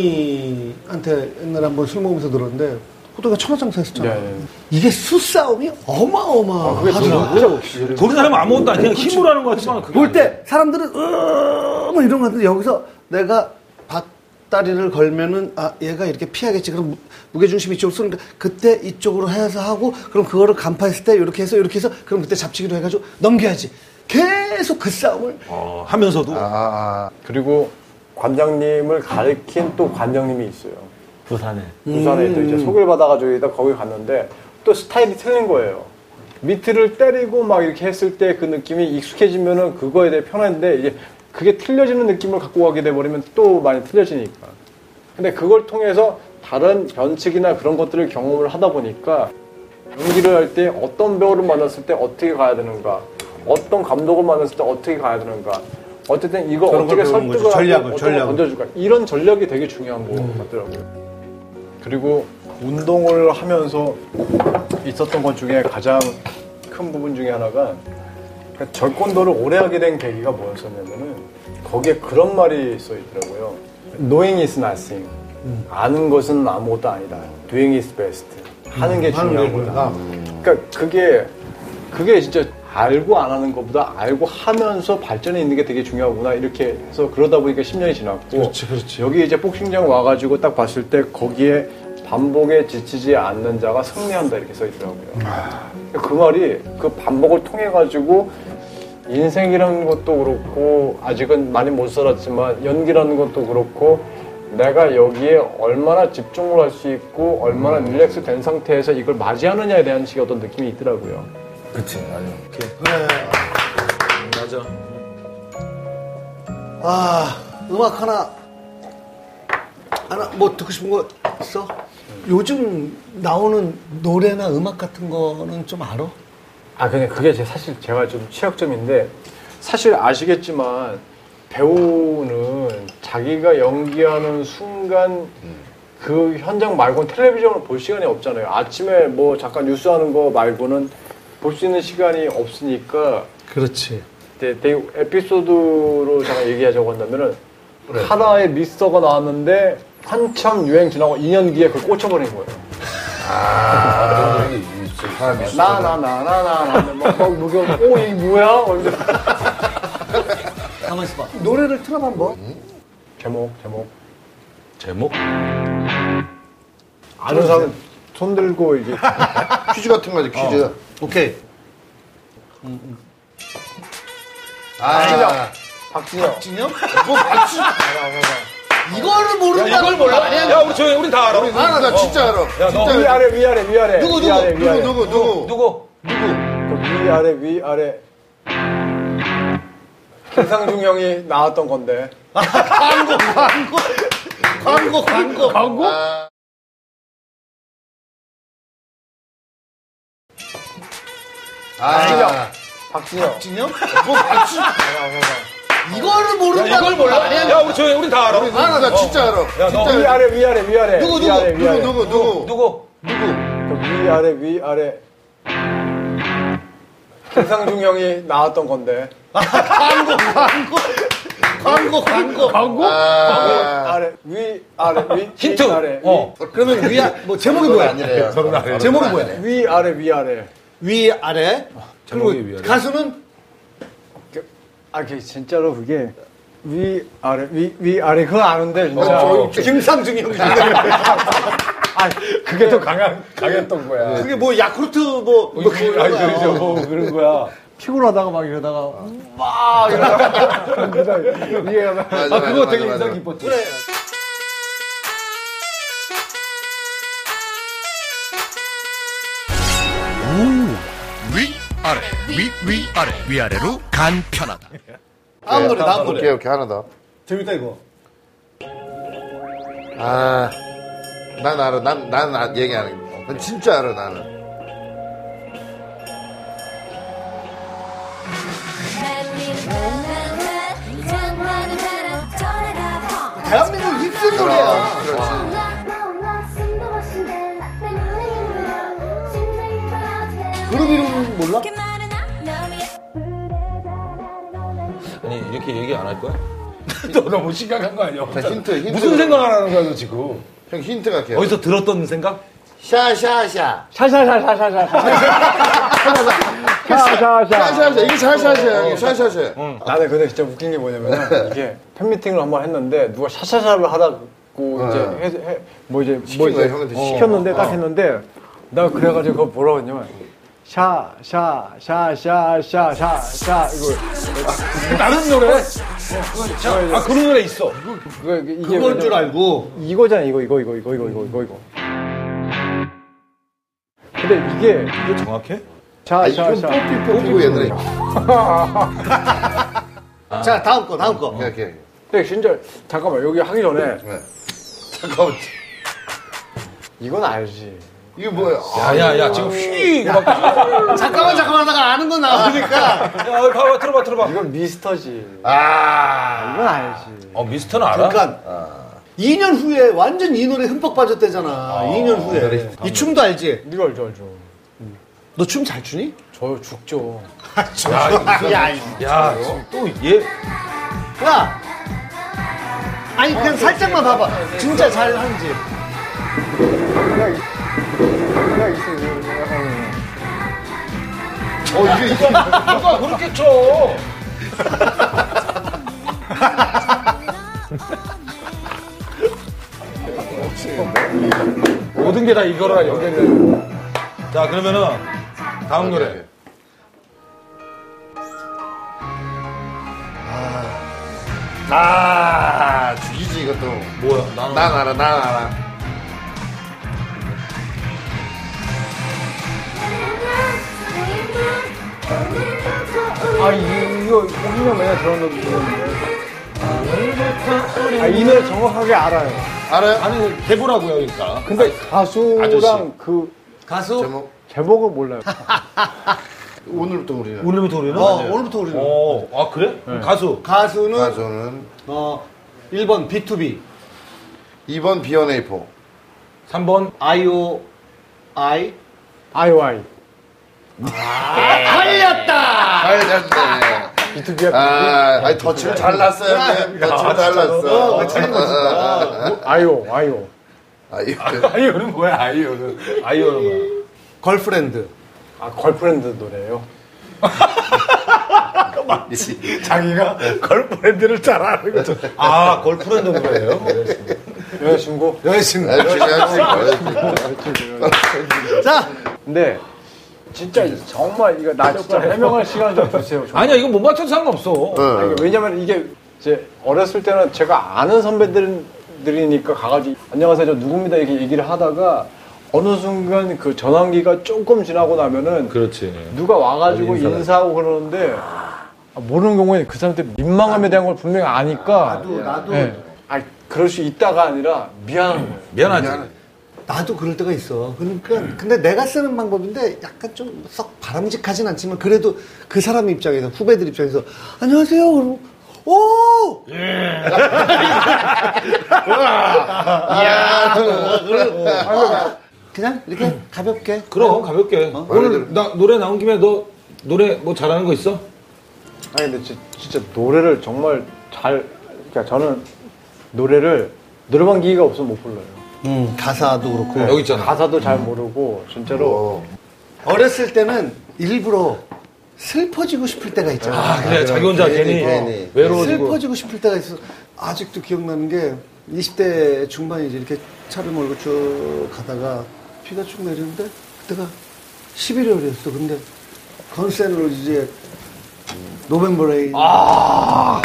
A: 호동이한테 옛날에 한번 술 먹으면서 들었는데 호동이가 천하장사 했었잖아
C: 네, 아, 네.
A: 이게 수싸움이 아, 어마어마하더라고
D: 그런 사람은 아무것도 아니야. 그냥 힘으로 하는 것 같지만. 그게
A: 볼
H: 네.
A: 때 사람들은 으뭐 이런 거 같은데 여기서 내가 밭다리를 걸면은 아 얘가 이렇게 피하겠지 그럼 무- 무게중심이 이쪽으로 쏘니까 그때 이쪽으로 해서 하고 그럼 그거를 간파했을 때 이렇게 해서 이렇게 해서 그럼 그때 잡치기로 해가지고 넘겨야지 계속 그 싸움을
D: 어, 하면서도.
A: 아.
C: 그리고 관장님을 가르친 또 관장님이 있어요.
G: 부산에.
C: 부산에
D: 음.
C: 또 이제 소개를 받아가지고 딱 거기 갔는데 또 스타일이 틀린 거예요. 밑을 때리고 막 이렇게 했을 때 그 느낌이 익숙해지면은 그거에 대해 편한데 이제 그게 틀려지는 느낌을 갖고 가게 돼버리면 또 많이 틀려지니까. 근데 그걸 통해서 다른 변칙이나 그런 것들을 경험을 하다 보니까 연기를 할 때 어떤 배우를 만났을 때 어떻게 가야 되는가, 어떤 감독을 만났을 때 어떻게 가야 되는가, 어쨌든 이거
D: 저런 걸
C: 어떻게
D: 배우는 거죠.
C: 설득을 하고
D: 전략을,
C: 어떤 걸
D: 전략을. 음.
C: 던져줄까 이런 전략이 되게 중요한 것 같더라고요. 그리고 운동을 하면서 있었던 것 중에 가장 큰 부분 중에 하나가 그러니까 절권도를 오래 하게 된 계기가 뭐였었냐면은 거기에 그런 말이 써 있더라고요. Knowing is nothing. 아는 것은 아무것도 아니다. Doing is best. 음, 하는 게 중요한 거다. 그러니까 그게 그게 진짜 알고 안 하는 것보다 알고 하면서 발전이 있는 게 되게 중요하구나 이렇게 해서 그러다 보니까 10년이 지났고 그렇지, 그렇지. 여기 이제 복싱장 와가지고 딱 봤을 때 거기에 반복에 지치지 않는 자가 승리한다 이렇게 써 있더라고요. 그 말이 그 반복을 통해 가지고 인생이라는 것도 그렇고 아직은 많이 못 살았지만 연기라는 것도 그렇고 내가 여기에 얼마나 집중을 할 수 있고 얼마나 릴렉스 된 상태에서 이걸 맞이하느냐에 대한 식의 어떤 느낌이 있더라고요.
D: 맞아.
A: 아 음악 하나 하나 뭐 듣고 싶은 거 있어? 요즘 나오는 노래나 음악 같은 거는 좀 알아?
C: 아, 근데 그게 제 사실 제가 좀 취약점인데 사실 아시겠지만 배우는 자기가 연기하는 순간 그 현장 말고는 텔레비전을 볼 시간이 없잖아요. 아침에 뭐 잠깐 뉴스 하는 거 말고는 볼 수 있는 시간이 없으니까
H: 그렇지.
C: 되- 되게 에피소드로 제가 얘기하자고 한다면은
D: 네.
C: 하나의 미스터가 나왔는데 한참 유행 지나고 2년 뒤에 그걸 꽂혀버린 거예요.
D: 아,
B: 사람이
C: 나 나 나 나 뭐, 나나막 무경 오이 뭐야? 근데
H: 가만 있어봐. 노래를 틀어봐 한번.
C: 제목 제목
D: 제목?
C: 아는 사람 손 들고 이제
B: 퀴즈 같은 거지 퀴즈.
C: 어.
H: 오케이.
B: 아,
C: 박진영
B: 진영? 뭐 맞지?
H: 이거를 모른다. 이걸 몰라?
D: 야, 우리 조용히, 우리 다 알아. 우리
B: 아, 나 진짜
C: 어.
B: 알아. 진짜 알아.
C: 위아래 위아래 위아래
B: 누구
C: 위아래
B: 누구
C: 위아래
B: 누구 누구 누구
D: 누구?
C: 그 위아래 위아래 김상중 형이 나왔던 건데
H: 아,
B: 광고 광고 광고. 아,
C: 박진영
B: 진영? 뭐 맞지?
H: 이거를 모른다. 이걸 몰라?
D: 야, 우리 조용히, 우리 다 알아.
B: 아, 나 진짜 알아. 진짜 알아.
C: 위아래 위아래 위아래
B: 누구 누구
C: 위아래 위아래
B: 누구 누구 누구
D: 누구?
C: 그 위아래 위아래 김상중 형이 나왔던 건데
B: 광고 광고 광고. 아,
C: 아래 위아래 위
D: 힌트!
C: 위아래 위,
D: 어.
H: 그러면 위아 뭐 제목이 뭐야?
B: 아니래요.
H: 제목이 뭐야?
C: 위아래 위아래
H: 위 아래. 그리고 가수는
C: 아 그게 진짜로 그게 위아래 위 위아래 그거 아는데 진짜
B: 어,
H: 김상중이 형이.
C: 아 그게 더 강한 강했던 거야
H: 그게 뭐 야쿠르트 뭐. 뭐 그런 거야.
C: 뭐 그런 거야. 피곤하다가 막 이러다가 막 이러다가 이해가
B: 맞아, 맞아,
C: 그거 되게
B: 맞아,
C: 인상
B: 맞아.
C: 깊었지.
F: 위 아래 위 위 아래 위아래로 간편하다
H: 다음 노래 다음 노래.
B: 예. 오케이 오케이 하나 더.
H: 재밌다 이거.
B: 아, 난 알아. 난, 난 아- 얘기 안 해. 난 진짜 알아, 나는.
H: 대한민국 힙스 노래야.
B: 그렇지.
H: 그룹 이름 몰라?
D: 아니, 이렇게 얘기 안 할 거야?
B: 자, 힌트, 힌트.
D: 무슨 생각을 하는 거야, 너 지금?
B: 형, 힌트 갈게요.
D: 어디서 들었던 생각?
B: 샤샤샤.
C: 샤샤샤샤샤샤. 샤샤샤.
B: 샤샤샤. 이게 샤샤샤야. 이게 샤샤샤.
C: 나는 근데 진짜 웃긴 게 뭐냐면 이게 팬미팅을 한 번 했는데 누가 샤샤샤를 하라고 이제 해, 해, 뭐 이제 뭐
B: 시킨 거야,
C: 이제
B: 형한테 시킨
C: 시켰는데 딱 했는데 나 그래가지고 그거 뭐라고 했냐면 샤샤샤샤샤샤샤 이거
D: 다른 노래? 아, 그런 노래 있어.
C: 그거 이게
H: 그건 줄
C: 왜냐면-
H: 알고.
C: 이거잖아 이거 이거 이거 이거 이거 이거 이거 이거 근데 이게
D: 이게 정확해?
B: 아,
C: 자
B: 이건
C: 자자
B: 뽀삐뽀삐고 얘들아.
H: 자 다음 거 다음 거.
B: 오케이, 오케이. 네.
C: 근데 진짜 잠깐만 여기 하기 전에
B: 잠깐만.
C: 이건 알지
B: 이게 뭐야?
D: 야, 야, 야, 지금 휘! 이거 막,
H: 잠깐만 잠깐만 하다가 아는 거 나오니까.
D: 야, 봐봐, 들어봐, 들어봐.
C: 이건 미스터지
B: 아.
C: 이건 알지
D: 어, 미스터는 알아?
H: 그러니까 2년 후에 완전 이 노래 흠뻑 빠졌대잖아. 2년 후에. 이 춤도 알지?
C: 이거 알죠 알죠
H: 너 춤 잘 추니?
C: 저 죽죠
H: 아,
D: 야, 지금 또 얘.
H: 야! 아니 그냥 살짝만 봐봐. 진짜 잘 하는지.
B: 어, 이게, 이게.
D: 누가 그렇게 쳐? 모든 게 다 이거라 연결돼. 자 그러면은 다음 노래.
B: 네, 아, 죽이지, 이것도.
D: 뭐야?
B: 난
D: 나는
B: 알아, 난 알아.
C: 아 이- 이거 오기만 맨날 들었는데 아이 노래 정확하게 알아요
B: 알아요?
D: 아니 해보라고요 그러니까.
C: 근데 가수랑
B: 아저씨.
C: 그
D: 뭐-
H: 가수
B: 제목.
C: 제목을 몰라요
B: 오늘부터 우리는
D: 오늘부터 우리는?
A: 어, 오늘부터 우리는.
D: 어, 아, 그래? 가수.
A: 가수는
B: 아, 가수는
A: 어 1번 B2B,
B: 2번 비언에이포
D: 3번.
A: IOI.
I: IY
B: 잘 됐네
I: B2B야
B: 아, 아니 덫을 잘 놨어요 형님. 덫을 잘 놨어
I: IO IO
B: 아, 이거
D: 아이오는 뭐야, 아이오는. 아이오는 뭐야.
A: 걸프렌드.
I: 아 걸프렌드 노래예요
D: 자기가 걸프렌드를 잘 아는 거죠. 아, 걸프렌드 노래예요?
I: 여자친구
A: 여자친구.
B: 아, 중요하지.
A: 자,
I: 근데 진짜 정말 이거 나 진짜 해명할 시간 좀 주세요 정말.
D: 아니야, 이거 못 맞춰도 상관없어.
I: 아니, 왜냐면 이게 제 어렸을 때는 제가 아는 선배들이니까 가가지고 안녕하세요 저 누굽니다 이렇게 얘기를 하다가 어느 순간 그 전환기가 조금 지나고 나면은
D: 그렇지.
I: 누가 와가지고 인사하고 그러는데 아, 모르는 경우에 그 사람한테 민망함에 대한 걸 분명히 아니까 나도 나도 아 그럴 수 있다가 아니라 미안한 거예요
D: 미안하지.
A: 나도 그럴 때가 있어. 그러니까 근데 내가 쓰는 방법인데 약간 좀 썩 바람직하진 않지만 그래도 그 사람 입장에서 후배들 입장에서 안녕하세요. 그러고 오!
D: 예.
A: 야, 그냥 이렇게 가볍게.
D: 그럼, 가볍게. 오늘
B: 말해들-
D: 나 노래 나온 김에 너 노래 뭐 잘하는 거 있어?
I: 아니 근데 진- 진짜 노래를 정말 잘 그러니까 저는 노래를 노래방 기회가 없으면 못 불러요
A: 음, 가사도 그렇고.
D: 여기 있잖아.
I: 가사도 잘 모르고 진짜로
A: 어렸을 때는 일부러 슬퍼지고 싶을 때가 있잖아.
D: 아, 그래. 자기 혼자 괜히, 어, 외로워지고.
A: 슬퍼지고 싶을 때가 있어. 아직도 기억나는 게 20대 중반에 이제 이렇게 차를 몰고 쭉 가다가 비가 쭉 내리는데 그때가 11월이었어. 근데 건센으로 이제 노벤버 레인. 아.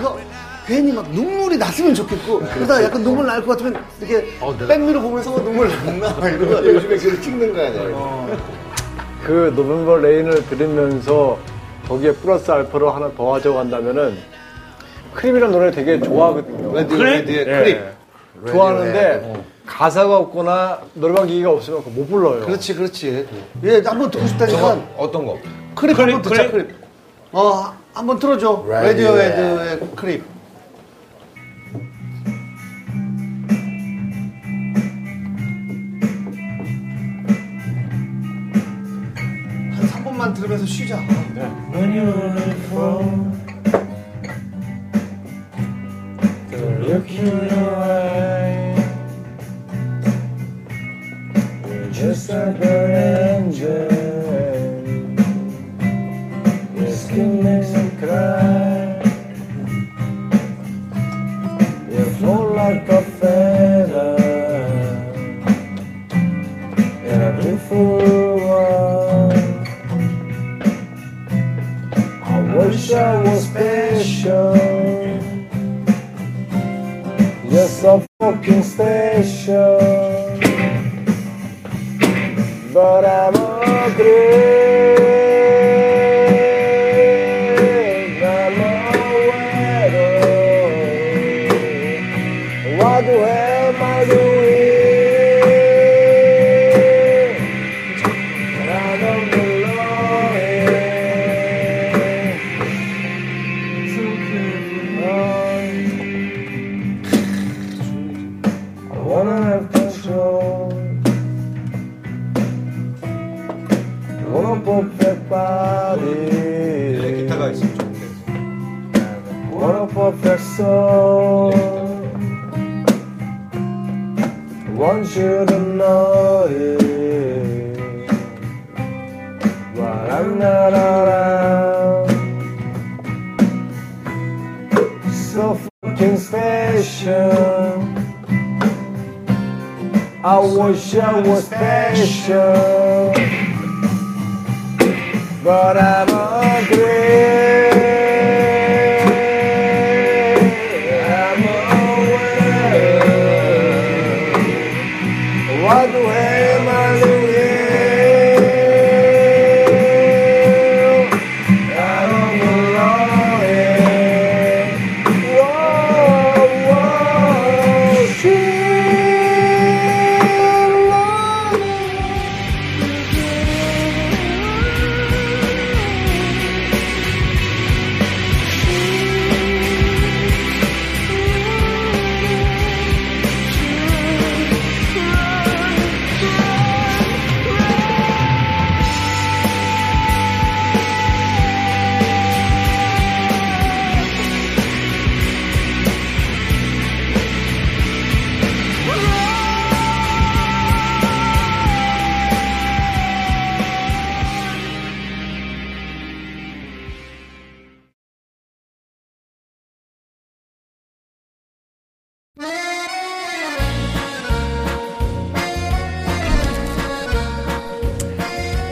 A: 이거 괜히 막 눈물이 났으면 좋겠고 그러다가 약간 눈물 날 것 같으면 이렇게
D: 어,
A: 백미러 보면서 눈물 났나 막 아, 이러고 요즘에 그걸 찍는 거 아니야.
I: 그 노벤버 레인을 들으면서 거기에 플러스 알파로 하나 더 가져간다면은 크립이라는 노래를 되게 좋아하거든요
B: 네.
A: 그래?
I: 예. 좋아하는데 가사가 없거나 노래방 기회가 없으면 그거 못 불러요
A: 그렇지 그렇지. 예, 한번 듣고 싶다니까.
D: 어떤 거?
A: 크립
D: 크립,
A: 한번 듣자
D: 크립.
A: 크립. 어 한번 틀어줘.
B: 라디오에.
A: 라디오헤드의 크립. 한 3번만 들으면서 쉬자.
C: 네, 아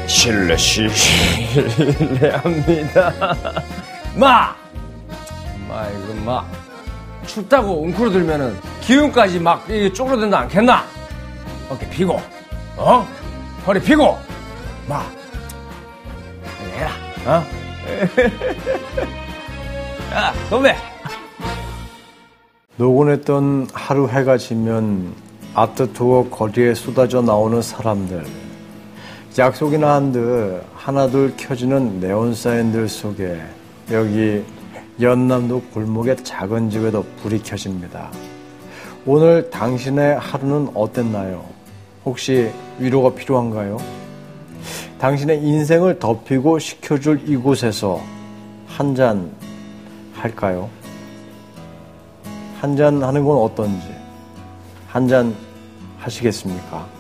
J: 실례 실례
G: 실례합니다.
K: 마! 마, 이거 마. 춥다고 웅크러들면은 기운까지 막 이게 쪼그러든다 않겠나? 어깨 피고, 어? 허리 피고, 마. 해라, 어? 야, 도배!
C: 노곤했던 하루 해가 지면 아트투어 거리에 쏟아져 나오는 사람들 약속이나 한 듯 하나둘 켜지는 네온 사인들 속에 여기 연남도 골목의 작은 집에도 불이 켜집니다. 오늘 당신의 하루는 어땠나요? 혹시 위로가 필요한가요? 당신의 인생을 덮이고 식혀줄 이곳에서 한 잔 할까요? 한잔 하는 건 어떤지 한잔 하시겠습니까?